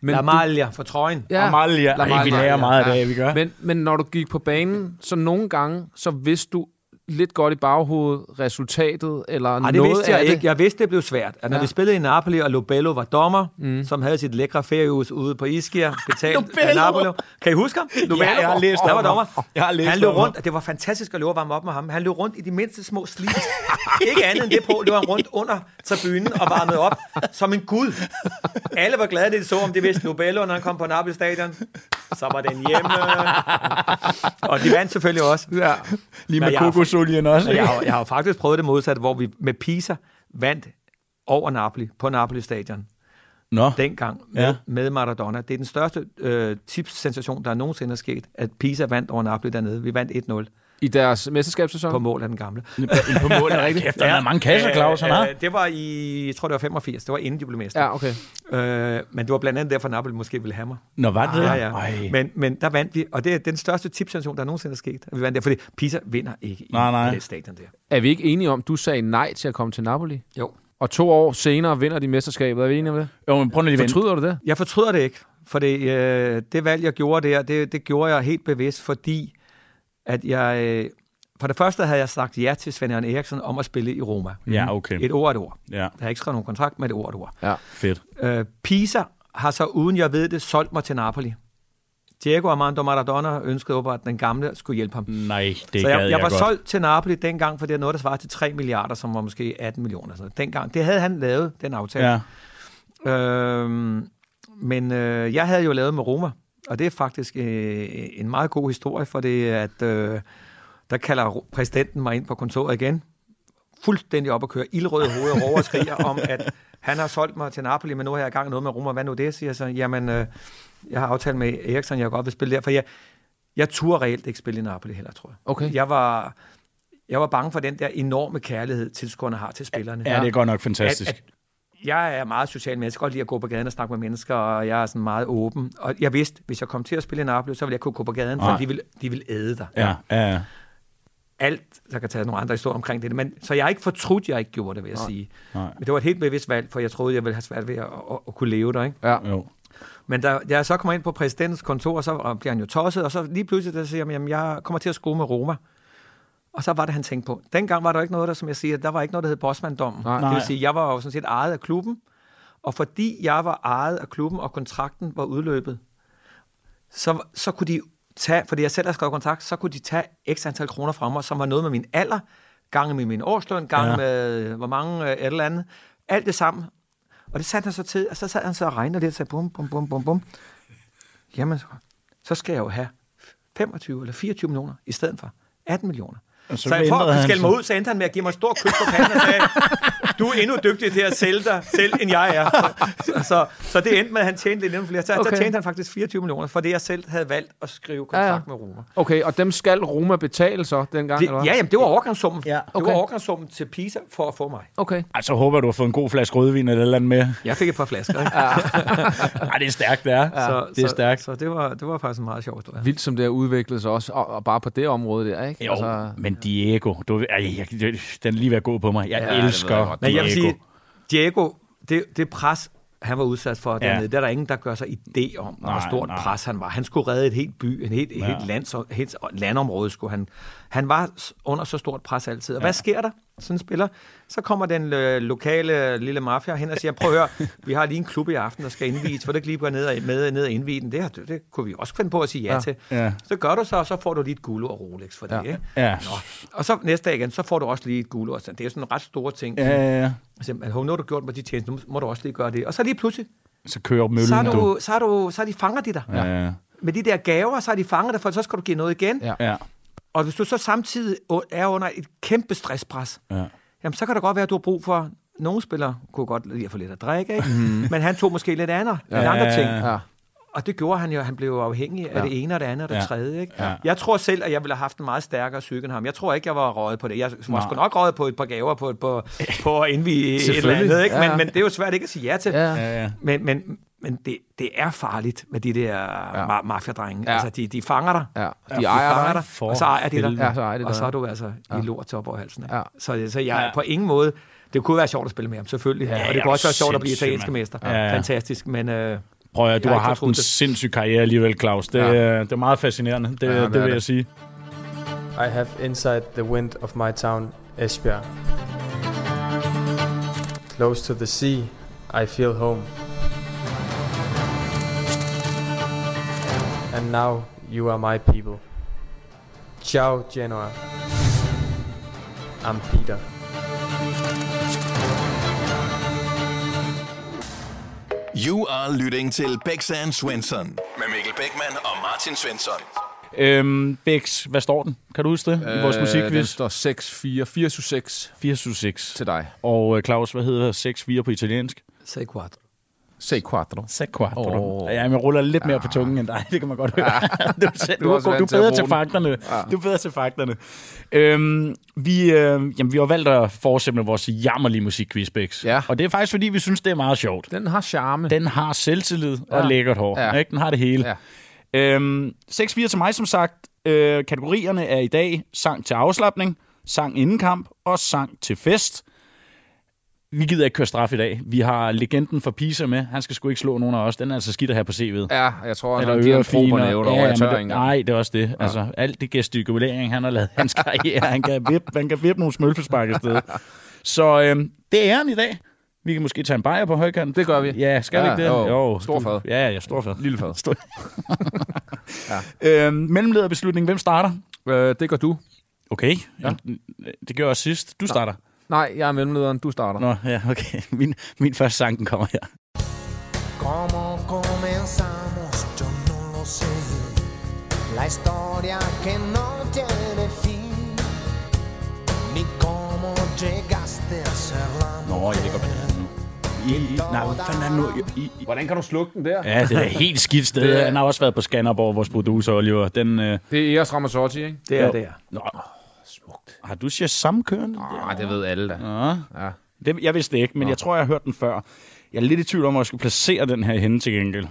Men
La
du-
Malia for trøjen.
Ja. Amalie, ja. Ej, vi
Amalie,
lærer
ja.
meget
Ja.
af det, vi gør.
Men, men når du gik på banen, så nogle gange, så vidste du lidt godt i baghovedet resultatet, eller
Ej,
noget
det vidste jeg
af
ikke.
det.
Jeg vidste, det blev svært. At
Ja.
når ja. vi spillede i Napoli, og Lobello var dommer, mm. som havde sit lækre feriehus ude på Ischia, betalt af Napoli. Kan I huske ham? Lobello,
jeg har læst
der
om
var
ham.
dommer.
Jeg har læst
han løb
om ham.
rundt, og det var fantastisk at løbe og varme op med ham. Han løb rundt i de mindste små slips. ikke andet end det på, løb han rundt under tribunen og varmede op som en gud. Alle var glade, det de så om det vidste Lobello, når han kom på Napoli stadion. Så var den hjemme. Og de vandt selvfølgelig også. Ja.
Lige
Men
med
jeg har-
kokosolien også.
Og jeg,
ikke?
har, jeg har jo faktisk prøvet det modsatte, hvor vi med Pisa vandt over Napoli på Napoli-stadion
Nå,
dengang med,
Ja.
ja. med Maradona. Det er den største øh, tips-sensation, der nogensinde er sket, at Pisa vandt over Napoli dernede. Vi vandt 1-0
I deres
på
mesterskabssæson?
mål af den gamle.
en på mål er rigtigt. Kæft, der er mange kasser, Claus, han har.
Øh, det var i, jeg tror det var 85, det var inden de blev mester.
Ja, okay.
Øh, men det var blandt andet derfor, Napoli måske ville have mig.
Nå, var det
Ja,
det?
ja.
Ej.
Men, men der vandt vi, og det er den største tipssensation, der nogensinde er sket. at Vi vandt der, fordi Pisa vinder ikke
Nej,
i
nej.
på det stadion der.
Er vi ikke enige om, at du sagde nej til at komme til Napoli?
Jo.
Og to år senere vinder de mesterskabet. Er vi enige om det?
Jo, men prøv nu lige at vente.
Fortryder du det?
Jeg fortryder det ikke, for det, øh, det valg, jeg gjorde der, det, det gjorde jeg helt bevidst, fordi at jeg... Øh, for det første havde jeg sagt ja til Svend Jørgen Eriksen om at spille i Roma.
Ja, okay.
Et ord er et ord.
Ja,
Jeg har ikke skrevet nogen kontrakt, men et ord er et ord.
Ja.
fedt.
Øh, Pisa har så, uden jeg ved det, solgt mig til Napoli. Diego Armando Maradona ønskede åbenbart, at den gamle skulle hjælpe ham.
Nej, Mm, det
så
gad
jeg, jeg var
godt.
solgt til Napoli dengang, for det er noget, der svarer til 3 milliarder, som var måske 18 millioner. Sådan noget. Dengang, det havde han lavet, den aftale.
Ja.
Øhm, men øh, jeg havde jo lavet med Roma, og det er faktisk øh, en meget god historie, for det er, at øh, der kalder ro- præsidenten mig ind på kontoret igen, fuldstændig op at køre ildrøde hoveder og råber og skriger om, at han har solgt mig til Napoli, men nu har jeg i gang i noget med Roma. Hvad nu det, siger jeg så. Jamen, øh, jeg har aftalt med Eriksson, jeg godt vil spille der, for jeg, jeg turde reelt ikke spille i Napoli heller, tror jeg.
Okay.
Jeg var, jeg var bange for den der enorme kærlighed, tilskuerne har til spillerne
ja, det er godt nok fantastisk.
At, at jeg er meget social menneske. Jeg kan godt lide at gå på gaden og snakke med mennesker, og jeg er sådan meget åben. Og jeg vidste, hvis jeg kom til at spille en oplevelse, så ville jeg kunne gå på gaden, for
Nej.
de ville, de ville æde dig.
ja, ja, ja.
Alt, der kan tage nogle andre historier omkring det. Men, så jeg har ikke fortrudt, jeg ikke gjorde det, vil jeg Nej. sige.
Nej.
Men det var et helt bevidst valg, for jeg troede, jeg ville have svært ved at, at, at kunne leve der. Ikke?
Ja.
Jo.
Men da jeg så kommer ind på præsidentens kontor, så og bliver han jo tosset, og så lige pludselig der siger han, jamen jeg kommer til at skrue med Roma. Og så var det, han tænkte på. Dengang var der ikke noget, der, som jeg siger, der var ikke noget, der hed bossmanddommen.
Nej.
Det
Nej.
vil sige, jeg var jo sådan set ejet af klubben, og fordi jeg var ejet af klubben, og kontrakten var udløbet, så, så kunne de tage, fordi jeg selv har skrevet kontrakt, så kunne de tage x antal kroner fra mig, som var noget med min alder, gange med min årsløn, gange
Ja.
ja. med øh, hvor mange øh, et eller andet, alt det sammen. Og det satte han så til, og så sad han så og regnede lidt, og sagde bum, bum, bum, bum, bum. Jamen, så- så skal jeg jo have 25 eller 24 millioner i stedet for 18 millioner.
Og så
Så, så jeg, for
ændrede
at
han
skælde
sig.
mig ud, så endte han med at give mig en stor kys på panden og sagde, du er endnu dygtigere til at sælge dig selv, end jeg er. Så, så, så, så det endte med, at han tjente lidt endnu flere. Så, okay.
Okay.
så tjente han faktisk 24 millioner, for det jeg selv havde valgt at skrive kontrakt
Ja,
ja,
ja.
ja. med Roma.
Okay, og dem skal Roma betale så dengang,
Det,
eller hvad?
ja, jamen, det var overgangssummen. Ja, okay.
Okay.
Det var overgangssummen til Pisa for at få mig.
Okay.
Ej, så håber jeg, du har fået en god flaske rødvin eller et eller andet med.
Jeg fik et par flasker. Ikke?
Ej, det er stærkt, det er.
så,
det er stærkt.
Så, så det, var, det var faktisk en meget sjov historie.
Vildt som det har udviklet sig også, og, og bare på det område der, ikke? Altså,
Jo, men Diego, du, ved- ej, jeg, den er lige ved at gå på mig. Jeg ja, elsker jeg
Men jeg vil
Diego.
sige, Diego, det, det pres, han var udsat for
Ja.
dernede, det er der ingen, der gør sig idé om, nej, hvor
Nej,
stort
nej.
nej. pres han var. Han skulle redde et helt by, en helt, ja. helt, lands, helt landområde. Skulle han. han var s- under så stort pres altid. Og ja. hvad sker der, sådan en spiller? Så kommer den øh, lokale lille mafia hen og siger, prøv at høre, vi har lige en klub i aften, der skal indvies, for det kan lige gå ned og, med ned og indvige den. Det, har- det, det kunne vi også finde på at sige ja,
Ja.
ja. til.
Ja.
Så gør du så, og så får du lige et guld og Rolex for det.
Ja.
Ikke?
Ja.
Og så næste dag igen, så får du også lige et guld og sådan. Det er jo sådan en ret store ting.
Ja, ja, ja.
Altså, Og siger, man, hov, nu har du gjort mig de tjenester, nu må du også lige gøre det. Og så lige pludselig,
så kører møllen.
så, er du, så, er du, så er de fanger de dig.
Ja. Ja.
Med de der gaver, så er de fanger dig, for så skal du give noget igen.
Ja.
ja.
Og hvis du så samtidig u- er under et kæmpe stresspres,
Ja.
jamen så kan det godt være, at du har brug for... Nogle spillere kunne godt lide at få lidt at drikke, ikke? men han tog måske lidt andet, ja. end andre ting.
Ja.
Ja.
Og det gjorde han jo. Han blev jo afhængig af
Ja.
det ene og det andet og det
Ja.
tredje. Ikke?
Ja.
Jeg tror selv, at jeg ville have haft en meget stærkere psyke end ham. Jeg tror ikke, jeg var røget på det. Jeg var
Nej.
sgu nok røget på et par gaver på, på, på at indvige et eller
Selvfølgelig.
andet. Ikke?
Ja.
Men, men det er jo svært ikke at sige ja til.
Ja.
Ja, ja.
Men, men, men det, det er farligt med de der ja. mafiadrenge.
Ja.
Altså, de, de fanger dig.
Ja.
De
De
fanger
ejer dig.
dig, og så ejer de dig.
helvede. Ja, så ejer de
og
dig,
så er
ja.
du altså i lort til op over halsen. Ikke?
Ja.
Så, så jeg er
Ja.
på ingen måde... Det kunne være sjovt at spille med ham, selvfølgelig. Ja, og det
ja,
kunne også være sjovt at blive
sindssygt,
italienske
mand.
mester.
Ja, ja.
Fantastisk, men... Øh,
Prøv at høre, du
Jeg har
har
ikke
haft
fortrudt
en
det.
sindssyg karriere alligevel, Claus. Det,
Ja.
ja. det er meget fascinerende, det, ja, det, det
er
vil
det.
jeg sige.
I have inside the wind of my town, Esbjerg. Close to the sea, I feel home. And now you are my people. Ciao, Genoa. I'm Peter.
You are lytting til Bæksan Svensson med Mikkel Bækman og Martin Svensson.
Øhm, Bex, hvad står den? Kan du huske det? I vores
Øh, Den
musikquiz?
står 6-4. 4-6
4-6.
til dig.
Og øh, Claus, hvad hedder 6-4 på italiensk?
Sei quattro.
Se quattro.
Sequatro.
Åh. Ah.
Oh. Jamen, jeg ruller lidt mere på tungen end dig, det kan man godt høre. du, er selv,
Du er
du, er
også
god, du er
vant til at
bedre
Ah. bruge
til
den.
fakterne. Du er bedre til fakterne. Øhm, vi, øh, jamen, vi har valgt at fortsætte med vores jammerlige musikquiz, Bex.
Ja.
Og det er faktisk, fordi vi synes, det er meget sjovt.
Den har charme.
Den har selvtillid og
Ja.
lækkert hår. Ja.
Ja.
Ikke? Den har det hele.
Ja.
Øhm, 6-4 til mig, som sagt. Øh, kategorierne er i dag sang til afslappning, sang inden kamp og sang til fest. Vi gider ikke køre straf i dag. Vi har legenden fra Pisa med. Han skal sgu ikke slå nogen af os. Den er altså skidt at have på CV'et.
Ja, jeg tror, han
Eller
giver en
ørefiner.
prober næve derovre. Jeg
men
tør
det-
ikke engang.
Nej, det er også det. Ja. Altså, alt det gestikulering, han har lavet i hans karriere. han kan vippe, han kan vippe nogle smølfespark af sted. Så øhm, det er æren i dag. Vi kan måske tage en bajer på højkanten.
Det gør vi.
Ja, skal ja, vi
Ja,
ikke det?
jo. Stor
du-
fad.
Ja, ja, stor fad.
Lille fad.
Stor... ja. øhm, mellemlederbeslutning. Hvem starter?
Øh, det gør du.
Okay. Ja. Det gjorde jeg også sidst. Du starter.
Nej, jeg er mellemlederen. Du starter.
Nå, ja, okay. Min, min første sang, den kommer her.
¿Cómo comenzamos? Yo no lo sé. La historia que no tiene fin. Ni cómo llegaste a ser la
Nå, jeg ligger med I, I, nej, hvad fanden er det nu? I, I,
Hvordan kan du slukke den der?
Ja, det er et helt skidt sted. Han har også været på Skanderborg, vores producer Oliver. Den, øh...
Det er Eros Ramazzotti, ikke?
Det er
Jo.
det her.
Nå, smukt. Har du Shazam kørende?
Nej, Ah, det ved alle da. Ja.
Det, jeg vidste det ikke, men jeg tror, jeg har hørt den før. Jeg er lidt i tvivl om, hvor jeg skal placere den her henne til gengæld.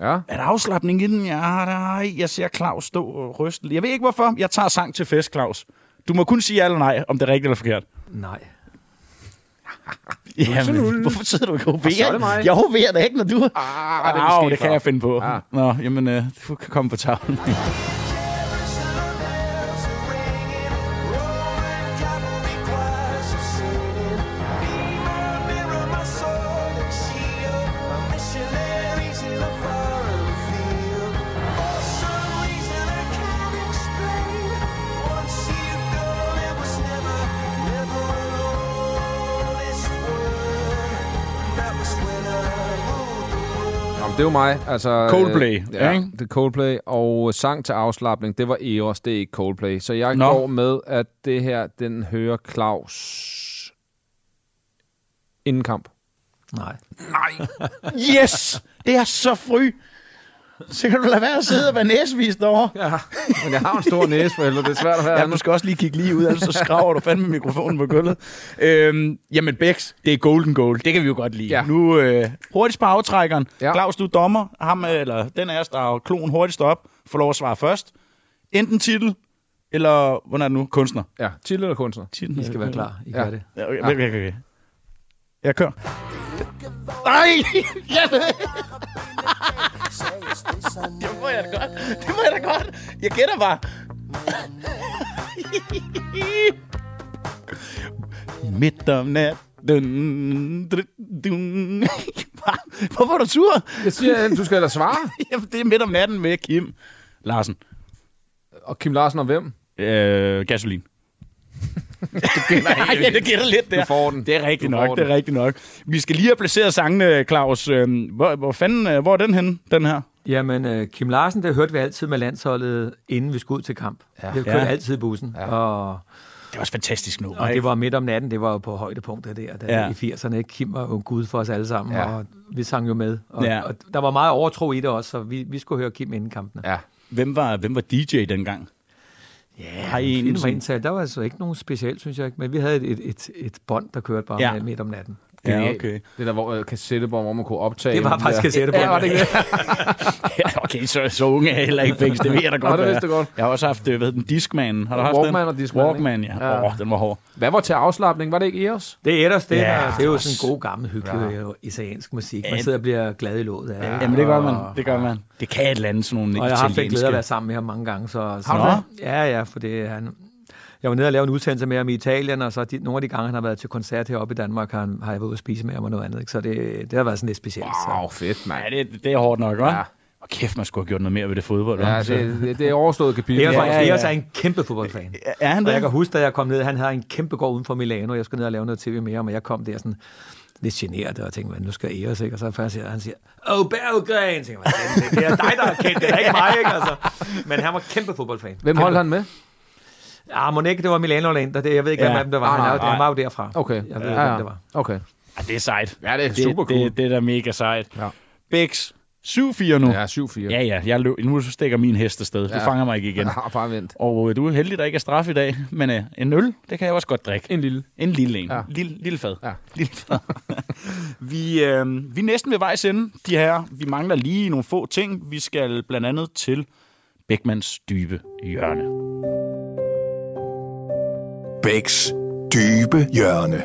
Ja.
Er der afslappning i den? Ja, nej. Jeg ser Claus stå og ryste. lidt. Jeg ved ikke, hvorfor. Jeg tager sang til fest, Claus. Du må kun sige ja eller nej, om det er rigtigt eller forkert.
Nej.
Ja, men, hvorfor sidder du ikke og hoverer?
er det mig.
Jeg hoverer da ikke, når du...
Ah, det,
Ah,
er
det, det kan jeg finde på.
Ah.
Nå, jamen, øh, du kan komme på tavlen.
Jamen, det er jo mig. Altså,
Coldplay,
øh,
ja,
ja,
ikke?
det er Coldplay. Og sang til afslappning, det var Eros, det er ikke Coldplay. Så jeg
Nå.
går med, at det her, den hører Claus inden kamp.
Nej.
Yes! Det er så fry! Så kan du lade være at sidde og være næsvist derovre.
Ja, men jeg har en stor næse for helvede. Det er svært at være
Ja, du
andet.
skal også lige kigge lige ud, ellers så skraver du fandme mikrofonen på gulvet. Øhm, jamen, Bex, det er golden goal. Det kan vi jo godt lide.
Ja.
Nu øh, hurtigst på aftrækkeren. Ja.
Ja.
Claus, du er dommer. Ham, øh, eller den af os, der har klon hurtigst op, får lov at svare først. Enten titel, eller, hvordan er det nu, kunstner.
Ja, chill eller kunstner?
Titlen,
I skal være klar. I
Ja.
gør det. Ah.
Ja, okay, okay, okay. okay. Jeg kører. Nej! Yes! Det må jeg da godt. Det må jeg da godt. Jeg gætter bare. Midt om nat. Dun, dun, dun. Hvorfor er du sur?
Jeg siger, du skal da svare.
Jamen, det er midt om natten med Kim Larsen.
Og Kim Larsen og hvem?
Øh, gasolin. Nej, ja, det gælder lidt der.
Du får den.
Det er rigtigt
Du får
nok,
den.
det er rigtigt nok. Vi skal lige have placeret sangene, Claus. Øhm, Hvor, hvor fanden, øh, hvor er den henne, den her?
Jamen, øh, Kim Larsen, det hørte vi altid med landsholdet, inden vi skulle ud til kamp. Ja. Det kørte
Ja.
ja. altid i bussen. Ja. Og,
Det er også fantastisk nu.
og det var midt om natten, det var jo på højdepunktet der, der
Ja.
ja. i 80'erne. ikke? Kim var jo en gud for os alle sammen,
Ja.
ja. og vi sang jo med. Og,
Ja.
ja. og der var meget overtro i det også, så vi, vi skulle høre Kim inden kampene.
Ja.
Hvem var, hvem var DJ dengang?
Ja,
Har
har
I en
en
sådan-
indsat. Der var altså ikke nogen speciel, synes jeg ikke, men vi havde et, et, et, et bånd, der kørte bare
Ja.
ja. midt om natten.
Ja,
Genialt.
okay.
Det der hvor, øh, kassettebånd, hvor man kunne optage.
Det var
den
faktisk
der.
kassettebånd.
Ja, var det ikke det?
Ja, okay, så, så unge er jeg heller ikke fængsel. Det ved jeg da godt.
Nå, det
hvad
vidste
er.
jeg godt.
Jeg har også haft, øh, hvad hedder den, Discman. Har du haft
Walkman
den?
og Discman, ikke?
Walkman, ja. Åh,
Ja.
oh, den var hård.
Hvad var til afslappning? Var det ikke Eros?
Det er ellers det,
Ja,
ja, det er jo
det
sådan en god gammel, hyggelig ja. italiensk musik. Man
Ja.
sidder og bliver glad i låget af. Ja.
Jamen, det gør man. Det gør man. Det kan et eller andet, sådan nogle
Og jeg har haft den glæde at være
italienske.
sammen med ham mange gange. Så, så,
Har du
Ja, ja, for det han, jeg var nede og lave en udsendelse med ham i Italien, og så de, nogle af de gange, han har været til koncert heroppe i Danmark, har, han, har jeg været ude at spise med ham og noget andet. Ikke? Så det, det har været sådan lidt specielt.
Åh,
Så.
oh, fedt, mand.
Ja, det, det er hårdt nok, hva'?
Ja.
Og kæft, man skulle have gjort noget mere ved det fodbold.
Ja,
hva'? Så-
det, det, det er overstået kapitel.
Eros,
Ja,
ja,
ja.
ja. Eros er en kæmpe fodboldfan.
er han
Og
det?
jeg kan huske, da jeg kom ned, han har en kæmpe gård uden for Milano, og jeg skulle ned og lave noget tv med ham, og jeg kom der sådan lidt generet, og tænkte, "Hvad, nu skal Eros, ikke? Og så først siger han, siger, åh, Berggren! Tænker, "Hvad fanden, det er dig, der har kendt det, det er ikke mig, ikke? Altså. Men han var kæmpe fodboldfan.
Hvem holdt han med?
Ja, Ah, må ikke, det var Milano eller en, der, det- jeg ved ikke, hvem
Ja.
af dem der var.
Nej,
Han, er,
nej.
jo- han var jo derfra.
Okay.
Jeg ved
Ja,
ikke,
ja.
hvem det var.
Okay.
Ja, det er sejt.
Ja, det er
Det,
super cool.
det, det er da mega sejt.
Ja.
Bex, 7-4 nu.
Ja, 7-4.
Ja, ja, jeg løb. nu stikker min hest afsted. Ja. Du
Ja.
fanger mig ikke igen.
Jeg har bare vent.
Og øh, du er heldig, der ikke er straf i dag, men øh, en øl, det kan jeg også godt drikke.
En lille.
En lille en. Ja.
Ja.
Lille, lille fad. Ja.
Ja.
Lille fad. vi, øh, vi er næsten ved vejs ende, de her. Vi mangler lige nogle få ting. Vi skal blandt andet til Beckmans dybe hjørne.
Bæks dybe hjørne.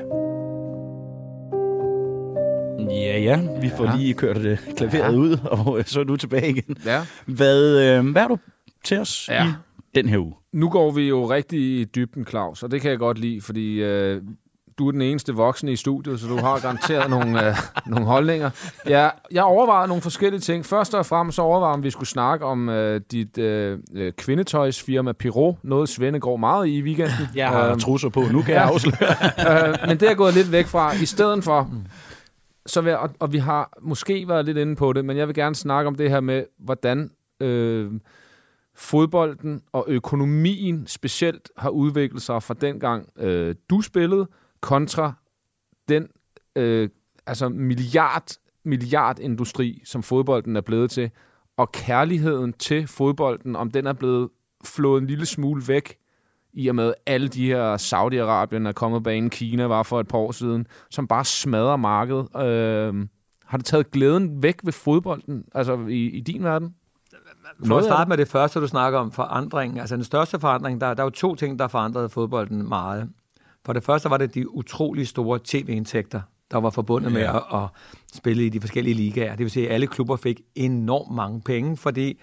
Ja, ja. Vi får ja. lige kørt øh, klaveret ja. ud, og øh, så er du tilbage igen.
Ja.
Hvad, øh, hvad har du til os ja.
Ja.
i den her uge?
Nu går vi jo rigtig i dybden, Claus, og det kan jeg godt lide, fordi øh, du er den eneste voksne i studiet, så du har garanteret nogle, øh, nogle holdninger. Jeg, jeg overvejer nogle forskellige ting. Først og fremmest så overvejer jeg, om vi skulle snakke om øh, dit øh, øh, kvindetøjsfirma Piro, noget Svende går meget i i weekenden.
Jeg har
Øhm,
trusser på, nu kan jeg afsløre.
øh, men det er jeg gået lidt væk fra. I stedet for, så vil jeg, og, og vi har måske været lidt inde på det, men jeg vil gerne snakke om det her med, hvordan øh, fodbolden og økonomien specielt har udviklet sig fra dengang øh, du spillede, kontra den øh, altså milliard, milliardindustri, som fodbolden er blevet til, og kærligheden til fodbolden, om den er blevet flået en lille smule væk, i og med alle de her Saudi-Arabien er kommet banen, Kina var for et par år siden, som bare smadrer markedet. Øh, har det taget glæden væk ved fodbolden, altså i, i din verden?
For
Noget
at
af
starte med det første, du snakker om, forandring. Altså den største forandring, der, der er jo to ting, der forandrede fodbolden meget. For det første var det de utrolig store tv-indtægter, der var forbundet med at, at spille i de forskellige ligaer. Det vil sige, at alle klubber fik enormt mange penge, fordi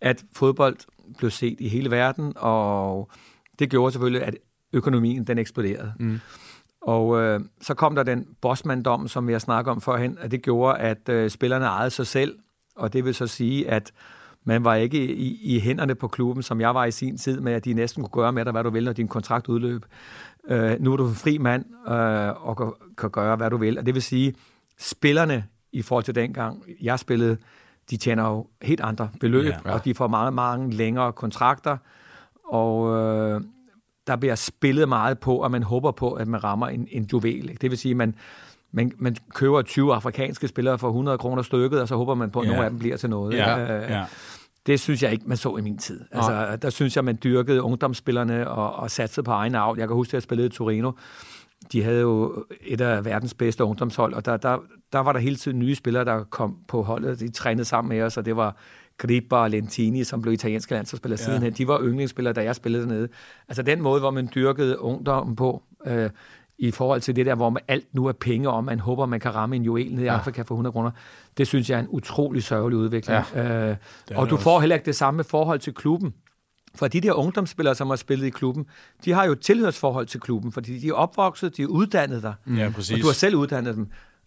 at fodbold blev set i hele verden, og det gjorde selvfølgelig, at økonomien den eksploderede. Mm. Og øh, så kom der den bossmanddom, som jeg snakker om førhen, og det gjorde, at øh, spillerne ejede sig selv, og det vil så sige, at man var ikke i, i hænderne på klubben, som jeg var i sin tid, med at de næsten kunne gøre med dig, hvad du vil, når din kontrakt udløb. Øh, nu er du en fri mand øh, og kan, kan gøre, hvad du vil. Og det vil sige, spillerne i forhold til dengang, jeg spillede, de tjener jo helt andre beløb,
Ja.
ja, ja. og de får meget, mange længere kontrakter. Og øh, der bliver spillet meget på, og man håber på, at man rammer en, en juvel. Ikke? Det vil sige, at man, man, man køber 20 afrikanske spillere for 100 kroner stykket, og så håber man på, at
Ja.
nogle af dem bliver til noget. ikke? Øh,
ja.
det synes jeg ikke, man så i min tid. Altså, der synes jeg, man dyrkede ungdomsspillerne og, og satsede på egen avl. Jeg kan huske, at jeg spillede i Torino. De havde jo et af verdens bedste ungdomshold, og der, der, der var der hele tiden nye spillere, der kom på holdet. De trænede sammen med os, og det var Gripa og Lentini, som blev italienske landsholdsspillere ja. sidenhen. De var yndlingsspillere, da jeg spillede dernede. Altså den måde, hvor man dyrkede ungdommen på, øh, i forhold til det der, hvor man alt nu er penge, og man håber, man kan ramme en juvel ned i ja. Afrika for 100 kroner. Det synes jeg er en utrolig sørgelig udvikling. Ja. Øh, og du får heller ikke det samme forhold til klubben. For de der ungdomsspillere, som har spillet i klubben, de har jo et tilhørsforhold til klubben, fordi de er opvokset, de er uddannet der.
Ja,
Og
præcis.
du har selv uddannet dem.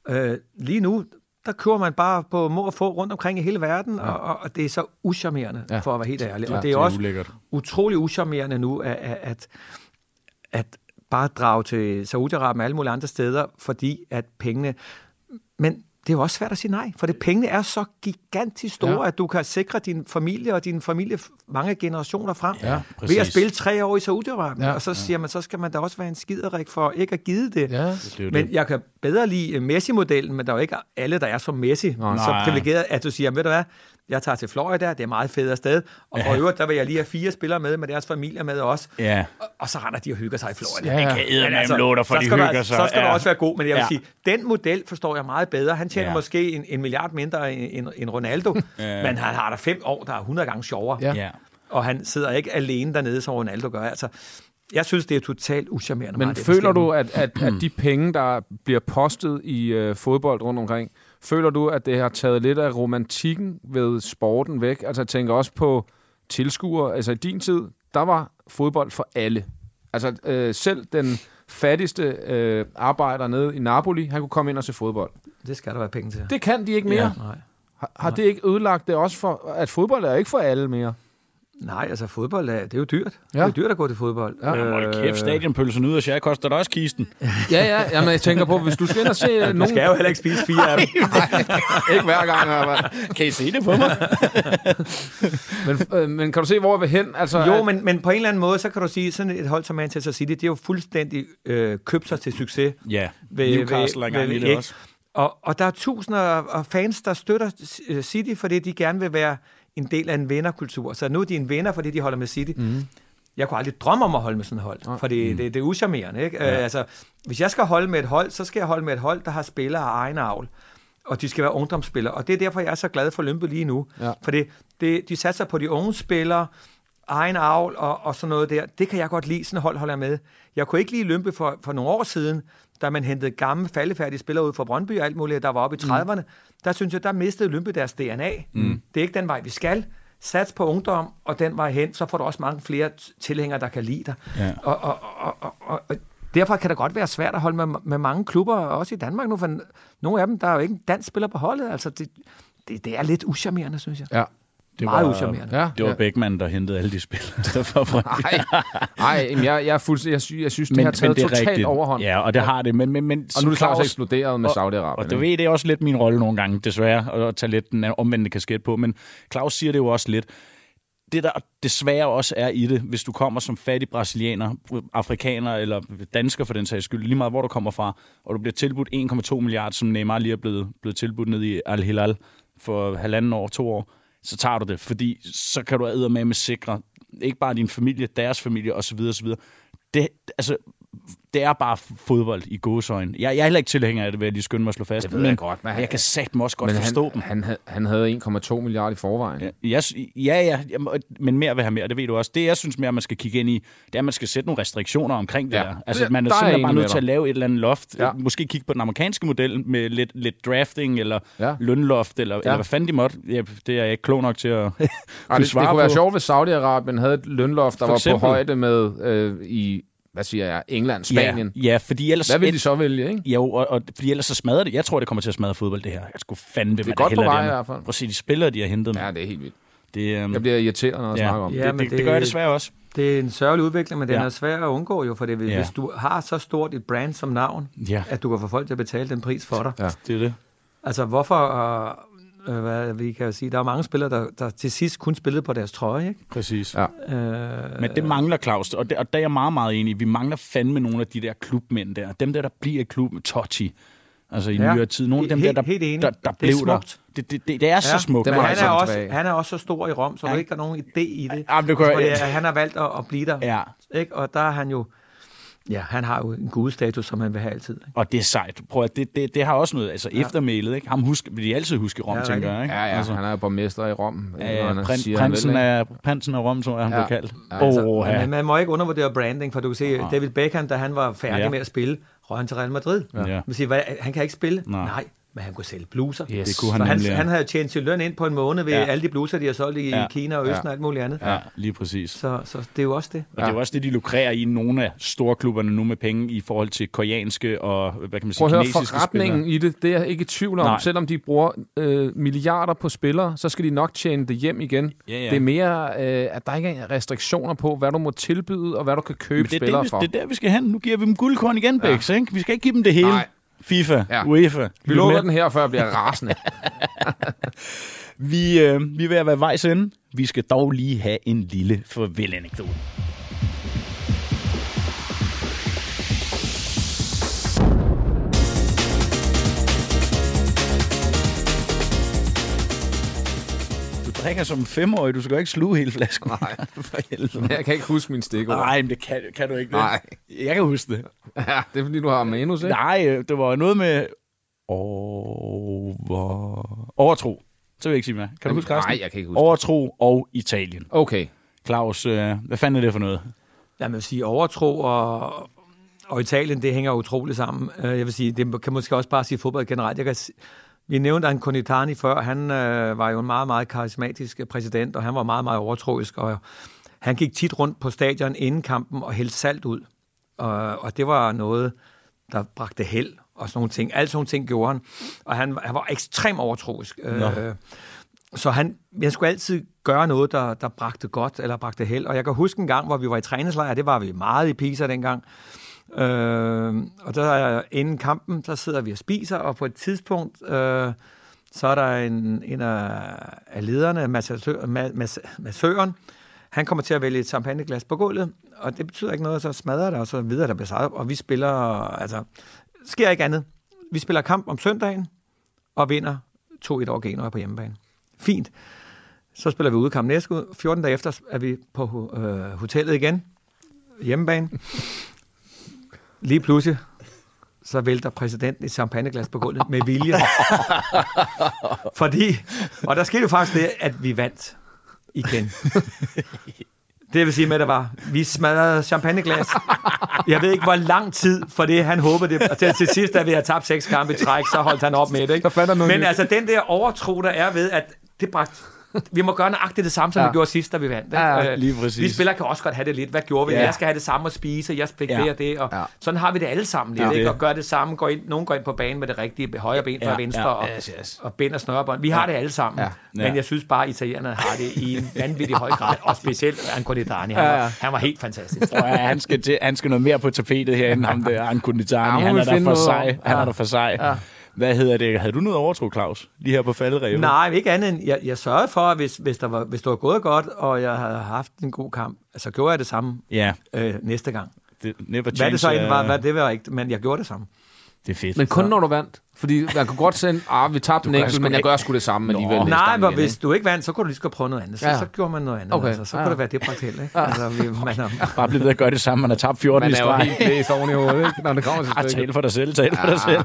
Øh, lige nu, der kører man bare på må og få rundt omkring i hele verden, ja. og, og det er så uschammerende, ja. for at være helt ærlig. Ja, og det er,
det er
også
ulækkert.
utrolig uschammerende nu, at, at, at bare drage til Saudi-Arabien og alle mulige andre steder, fordi at pengene... Men det er jo også svært at sige nej, for det pengene er så gigantisk store,
Ja.
ja. at du kan sikre din familie og din familie f- mange generationer frem
Ja,
ved at
præcis.
spille tre år i Saudi-Arabien.
Ja.
Ja. Og så siger man, så skal man da også være en skiderik for ikke at give det.
Ja.
er jo det.
Men jeg kan bedre lide øh, Messi-modellen, men der er jo ikke alle, der er som Messi. Nej. Så
Nej.
privilegeret, at du siger, ved du hvad, jeg tager til Florida, det er et meget fedt sted. Og for øvrigt, der vil jeg lige have fire spillere med, med deres familier med også.
Ja.
Og, og så render de og hygger sig i Florida.
Ja, ja.
Jeg æder
Men altså,
med låter, for
så
de
skal du
hygger
altså-
sig.
Så skal ja.
Ja.
du også være god, men jeg vil
Ja.
ja. sige, den model forstår jeg meget bedre. Han tjener
Ja.
ja. måske en, en milliard mindre end, end, end Ronaldo, ja. men han har der fem år, der er 100 gange sjovere.
Ja.
Ja.
Og han sidder ikke alene dernede, som Ronaldo gør. Altså, jeg synes, det er totalt uschammerende.
Men
meget, det
føler
forskellige.
du, at, at, at de penge, der bliver postet i øh, fodbold rundt omkring, føler du, at det har taget lidt af romantikken ved sporten væk? Altså jeg tænker også på tilskuere. Altså i din tid, der var fodbold for alle. Altså øh, selv den fattigste øh, arbejder nede i Napoli, han kunne komme ind og se fodbold.
Det skal der være penge til.
Det kan de ikke mere. Ja.
Nej.
Har, har det ikke ødelagt det også for, at fodbold er ikke for alle mere?
Nej, altså fodbold, er, det er jo dyrt.
Ja.
Ja. Det er jo dyrt at gå til fodbold.
Ja.
Jamen, Hold
Øh.
kæft, stadionpølsen ud af sjære koster da også kisten.
Ja, ja. Jamen, jeg tænker på, hvis du skal ind og se nogen...
Man skal jo heller ikke spise fire af dem.
ikke hver gang, i hvert fald.
Kan I se det på mig?
Men, øh, men kan du se, hvor jeg vil hen? Altså,
Jo,
at-
men, men på en eller anden måde, så kan du sige, sådan et hold som Manchester City, det er jo fuldstændig øh, købt sig til succes.
Ja,
Ved-
Newcastle er
ved-
engang
ved-
i det
ikke?
også.
Og, og der er tusinder af af fans, der støtter øh, City, fordi de gerne vil være en del af en vinderkultur. Så nu er de en vinder, fordi de holder med City. Mm. Jeg kunne aldrig drømme om at holde med sådan et hold, for det, det, det er uschammerende. Ikke? Mm. Ja. Øh, altså, hvis jeg skal holde med et hold, så skal jeg holde med et hold, der har spillere af egen avl. Og de skal være ungdomsspillere. Og det er derfor, jeg er så glad for Lømpe lige nu.
Ja.
For det, det, de satser på de unge spillere, egen avl og, og sådan noget der. Det kan jeg godt lide, sådan et hold holder jeg med. Jeg kunne ikke lide Lømpe for, for nogle år siden, da man hentede gamle, faldefærdige spillere ud fra Brøndby og alt muligt, der var oppe i 30'erne. Der synes jeg, der mistede Lømpe deres DNA. Mm. Det er ikke den vej, vi skal. Sats på ungdom, og den vej hen, så får du også mange flere t- tilhængere, der kan lide dig.
Ja.
Og, og, og, og, og, og derfor kan det godt være svært at holde med, med mange klubber, også i Danmark nu, for n- nogle af dem, der er jo ikke en dansk spiller på holdet. Altså, det, det, det er lidt uschammerende, synes jeg.
Ja.
Det meget
var-
uschammerende.
Ja,
Det var
ja.
Beckmann, der hentede alle de spil. Derfor fra
Nej, nej, jamen, jeg, jeg, er fuldstændig, jeg, sy- jeg synes, det men, har taget
er
totalt
rigtigt.
overhånd.
Ja, og det har det. Men, men, men,
Og nu er det klart også eksploderet med Saudi-Arabien.
Og det
ikke?
ved det er også lidt min rolle nogle gange, desværre, at- at tage lidt den omvendte kasket på. Men Claus siger det jo også lidt. Det, der desværre også er i det, hvis du kommer som fattig brasilianer, afrikaner eller dansker for den sags skyld, lige meget hvor du kommer fra, og du bliver tilbudt 1,2 milliarder, som Neymar lige er blevet, blevet tilbudt ned i Al-Hilal for halvanden år, to år, så tager du det, fordi så kan du med med sikre, ikke bare din familie, deres familie osv. osv. Det, altså, det er bare fodbold i godsøjne. Jeg, jeg er heller ikke tilhænger af det, vil jeg lige skynde mig at slå fast.
Det ved jeg godt, men
men
han-
jeg kan satme også godt
men
forstå
han,
dem.
han, havde- han havde 1,2 milliarder i forvejen. Ja.
Jeg, sy- ja, ja, jamen, og- men mere vil have mere, det ved du også. Det, jeg synes mere, man skal kigge ind i, det er, at man skal sætte nogle restriktioner omkring det
Ja.
der. Altså,
Det-
man er
der er jeg
simpelthen bare
enig med
nødt til at
dig.
lave et eller andet loft.
Ja.
Ja. Måske kigge på den amerikanske model med lidt, lidt drafting, eller
Ja.
ja. lønloft, eller, ja. eller hvad fanden de måtte. Ja, det er jeg ikke klog nok til at kunne
Ej, det, det
svare
kunne
på.
være sjovt, hvis Saudi-Arabien havde et lønloft, der
For
var på
eksempel.
højde med øh, i, hvad siger jeg, England, Spanien.
Ja, ja, fordi ellers...
Hvad vil
et-
de så vælge, ikke?
Jo, og, og, fordi ellers så smadrer det. Jeg tror, det kommer til at smadre fodbold, det her. Jeg skulle fandme, det
er godt på vej i hvert fald.
Prøv at se de spillere, de har hentet. Ja.
Ja, det er helt vildt.
Det, øhm,
Jeg bliver irriteret, når jeg
Ja.
snakker om det.
det,
Ja, men
det, det, det
det-
gør jeg desværre også.
Det er en sørgelig udvikling, men den
Ja.
er svær at undgå jo, for det, hvis
Ja.
ja. du har så stort et brand som navn,
Ja,
at du kan få folk til at betale den pris for dig.
Ja.
Ja.
det er det.
Altså hvorfor, øh, øh, hvad vi kan jo sige, der er mange spillere, der, der til sidst kun spillede på deres trøje, ikke?
Præcis.
Ja.
Ja.
Øh,
Men det mangler Claus, og, det, og der er jeg meget, meget enig. i. Vi mangler fandme nogle af de der klubmænd der. Dem der, der bliver i klubben. Totti, altså i
Ja.
nyere tid. Nogle af dem
Helt-
der, der,
helt enig.
der, der
Det er
blev der.
smukt.
Det, det, det, det er så smukt.
det
Men
må
han,
altså
er
komme
også,
tilbage.
han er også så stor i Rom, så
Ja.
du ikke har nogen idé i det.
Ja, men det kunne jeg-
Fordi, øh, han har valgt at, at blive der,
Ja.
ikke? og der er han jo, ja, han har jo en god status, som han vil have altid. Ikke?
Og det er sejt. Prøv at det, det, det har også noget. Altså ja. eftermælet, ikke? Ham husk, vil de altid huske Rom,
Ja,
ja, tænker jeg. Ikke?
Ja, ja,
Altså,
han er jo borgmester i Rom.
ja,
når han
prin,
siger, han vil,
prinsen,
ikke?
af, prinsen af Rom, tror jeg, han
Ja.
ja. blev kaldt.
Ja,
Ja,
altså,
altså, oh,
Men man må ikke undervurdere branding, for du kan se, David Beckham, da han var færdig
Ja.
med at spille, røg han til Real Madrid.
Ja.
Man siger, hvad, han kan ikke spille.
Nej.
Nej. Men han kunne sælge bluser.
Yes.
Det kunne
Så
han
han,
nemlig.
han havde tjent sin løn ind på en måned ved
Ja.
ja. alle de bluser, de har solgt i
Ja.
ja. Kina og Østen ja. og alt muligt andet.
ja, lige præcis.
Så, så det er jo også det.
Og ja. det er jo også det, de lukrerer i nogle af storklubberne nu med penge i forhold til koreanske og, hvad kan man sige,
Prøv at høre,
kinesiske
forretningen i det, det er jeg ikke i tvivl om.
Nej.
Nej. Selvom de bruger øh, milliarder på spillere, så skal de nok tjene det hjem igen.
Ja, ja.
Det er mere, øh, at der ikke er restriktioner på, hvad du må tilbyde, og hvad du kan købe
Men det, er
spillere
det, vi,
for.
det er der, vi skal hen. Nu giver vi dem guldkorn igen, ja. Bæks, ikke? Vi skal ikke give dem det hele.
Nej.
FIFA, ja.
Ja.
UEFA.
vi
Lyt
lukker
med.
den her, før jeg bliver rasende.
Vi, øh, vi er ved at være vejs ende. Vi skal dog lige have en lille farvelanekdote. Du drikker som en femårig. Du skal jo ikke sluge hele flasken. Nej, for helvede.
jeg kan ikke huske min stikord.
Nej, men det kan, kan du ikke. Det.
Nej.
Jeg kan huske det.
Ja, det er fordi, du har manus, ikke?
Nej, øh, det var noget med over... overtro. Så vil jeg ikke sige mere. Kan du huske resten?
Nej, jeg kan ikke huske.
Overtro og Italien.
Okay.
Claus, øh, hvad fanden er det for noget?
Lad mig sige, overtro og, og Italien, det hænger utroligt sammen. Øh, Jeg vil sige, det kan måske også bare sige fodbold generelt. Jeg kan, s- vi nævnte Antonio Konitani før, han øh, var jo en meget, meget karismatisk øh, præsident, og han var meget, meget overtroisk, og han gik tit rundt på stadion inden kampen og hældte salt ud. Og, og det var noget, der bragte held og sådan nogle ting. Alle sådan nogle ting gjorde han, og han, han var ekstremt overtroisk. Øh, så han, jeg skulle altid gøre noget, der, der bragte godt eller bragte held. Og jeg kan huske en gang, hvor vi var i træningslejr, det var vi meget i Pisa dengang. Øh, og der er inden kampen, der sidder vi og spiser, og på et tidspunkt, øh, så er der en, en af, af lederne, massatør- ma- mas- massøren, han kommer til at vælge et champagneglas på gulvet, og det betyder ikke noget, så smadrer det, og så videre der bliver sejret op, og vi spiller, altså, sker ikke andet. Vi spiller kamp om søndagen, og vinder 2-1 over Genoa på hjemmebane. Fint. Så spiller vi udekamp næste uge. 14 dage efter er vi på ho- øh, hotellet igen. Hjemmebane. Lige pludselig, så vælter præsidenten et champagneglas på gulvet med vilje. Fordi, og der skete jo faktisk det, at vi vandt igen. Det vil sige med, at der var, vi smadrede champagneglas. Jeg ved ikke, hvor lang tid, for det han håbede det. Og til, til sidst, da vi havde tabt seks kampe i træk, så holdt han op med det. Ikke?
fandt han noget
Men
nyt.
altså, den der overtro, der er ved, at det bragte vi må gøre nøjagtigt det samme, som ja. vi gjorde sidst, da vi vandt. ikke?
Ja,
Øh,
lige præcis.
Vi spillere kan også godt have det lidt. Hvad gjorde vi?
Ja.
Ja. Jeg skal have det samme at spise, jeg fik
Ja.
ja. det og det. Og
Ja.
ja. Sådan har vi det alle sammen lidt.
Ja.
Ja. Ikke?
Det.
Og gør det samme. Går ind, nogen går ind på banen med det rigtige højre ben fra
Ja,
venstre.
ja.
Og,
Yes, yes.
og bind og snørebånd. Vi har det alle sammen. Ja.
Ja.
Men jeg synes bare, at italienerne har det i en vanvittig høj grad. Og specielt Anconitani. Han,
Ja, ja.
var, han var helt fantastisk.
Prøv at, høre, han, skal til, han skal noget mere på tapetet herinde, ham der
Ja,
Ankunitani.
må
han
vi
er der
finde
for
noget
sej.
om.
Han er
Ja.
der for sej. Ja. Hvad hedder det? Havde du noget overtro, Claus? Lige her på falderevet?
Nej, ikke andet end, jeg, jeg sørgede for, at hvis, hvis, der var, hvis det var gået godt, og jeg havde haft en god kamp, så gjorde jeg det samme
Ja,
øh, næste gang.
det, never change.
Hvad det så
øh,
end var, hvad det var ikke, men jeg gjorde det samme.
Det er fedt.
Men kun når du vandt. Fordi man kunne godt sende, ah, vi tabte den
gør
enkelt,
sgu
men jeg
ikke-
gør sgu det samme alligevel.
Nå.
næste
Nej,
gang
men
igen,
hvis
ikke?
du ikke vandt, så kunne du lige så godt prøve noget andet. Så,
Ja.
ja. så gjorde man noget andet.
Okay.
Okay. Altså, så
Ja.
kunne det være det bragt helt. Ikke? Altså, vi, man, er-
Bare blive ved at gøre det samme. Man har tabt 14
Man
i
er jo
streg.
helt blæst oven i hovedet, ikke? Ah, når det kommer til
Ah,
stykket.
tal for dig selv, tal for dig selv.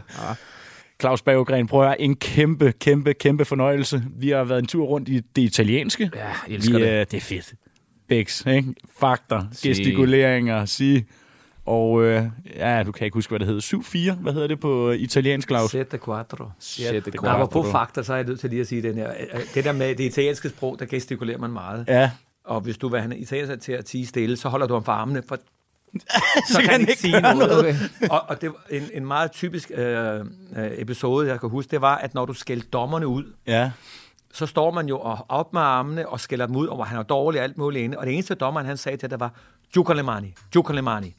Claus Berggren, prøv at høre, en kæmpe, kæmpe, kæmpe fornøjelse. Vi har været en tur rundt i det italienske.
Ja, jeg elsker
Vi,
det.
øh, det er fedt. Bæks, ikke? Fakter, gestikuleringer, sige. Og øh, ja, du kan ikke huske, hvad det hedder. 7-4, hvad hedder det på øh, italiensk, Claus?
Sette quattro.
Shit, det
Der var
går.
på fakta, så er jeg nødt til lige at sige den her. Øh, Det der med det italienske sprog, der gestikulerer man meget.
Ja.
Og hvis du vil have en italiener til at tige stille, så holder du ham for armene, for
Så kan han ikke gøre noget.
og, og det var en, en meget typisk øh, øh, episode, jeg kan huske, det var, at når du skældte dommerne ud,
Ja.
så står man jo og op med armene og skælder dem ud over, at han er dårlig og alt muligt inde. Og det eneste dommeren, han sagde til, det var, Djukalemani, Djukalemani.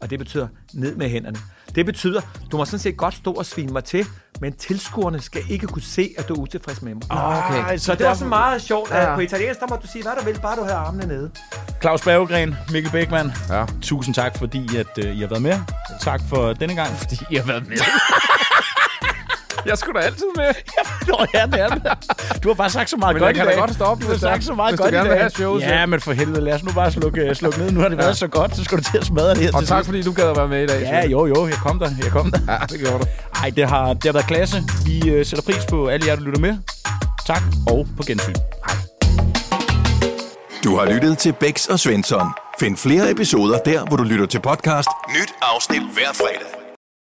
Og det betyder, ned med hænderne. Det betyder, du må sådan set godt stå og svine mig til, men tilskuerne skal ikke kunne se, at du er utilfreds med mig.
Okay.
Ej,
Så det var sådan meget sjovt,
Ja.
at på italiensk, der må du sige, hvad du vil, bare du havde armene nede.
Claus Berggren, Mikkel Bækman,
Ja.
tusind tak, fordi at, øh, I har været med. Tak for denne gang. Fordi
I har været med. jeg skulle da altid med.
Nå ja, det er det. Du har bare sagt så meget
Men
godt
jeg kan
i
da
dag.
godt stoppe,
Du har
hvis det er.
sagt så meget
Hvis du
godt i
gerne vil
dag.
have showet
ja,
selv.
men for helvede, lad os nu bare slukke, øh, slukke ned. Nu har det været så godt, så skal du til at smadre det her
Og
til
tak,
sidst.
fordi du gad at være med i dag.
Ja,
Svend.
jo, jo, jeg kom der, jeg kom der.
ja det gjorde du.
Ej, det har, det har været klasse. Vi øh, sætter pris på alle jer, der lytter med. Tak, og på gensyn.
Du har lyttet til Bæks og Svensson. Find flere episoder der, hvor du lytter til podcast. Nyt afsnit hver fredag.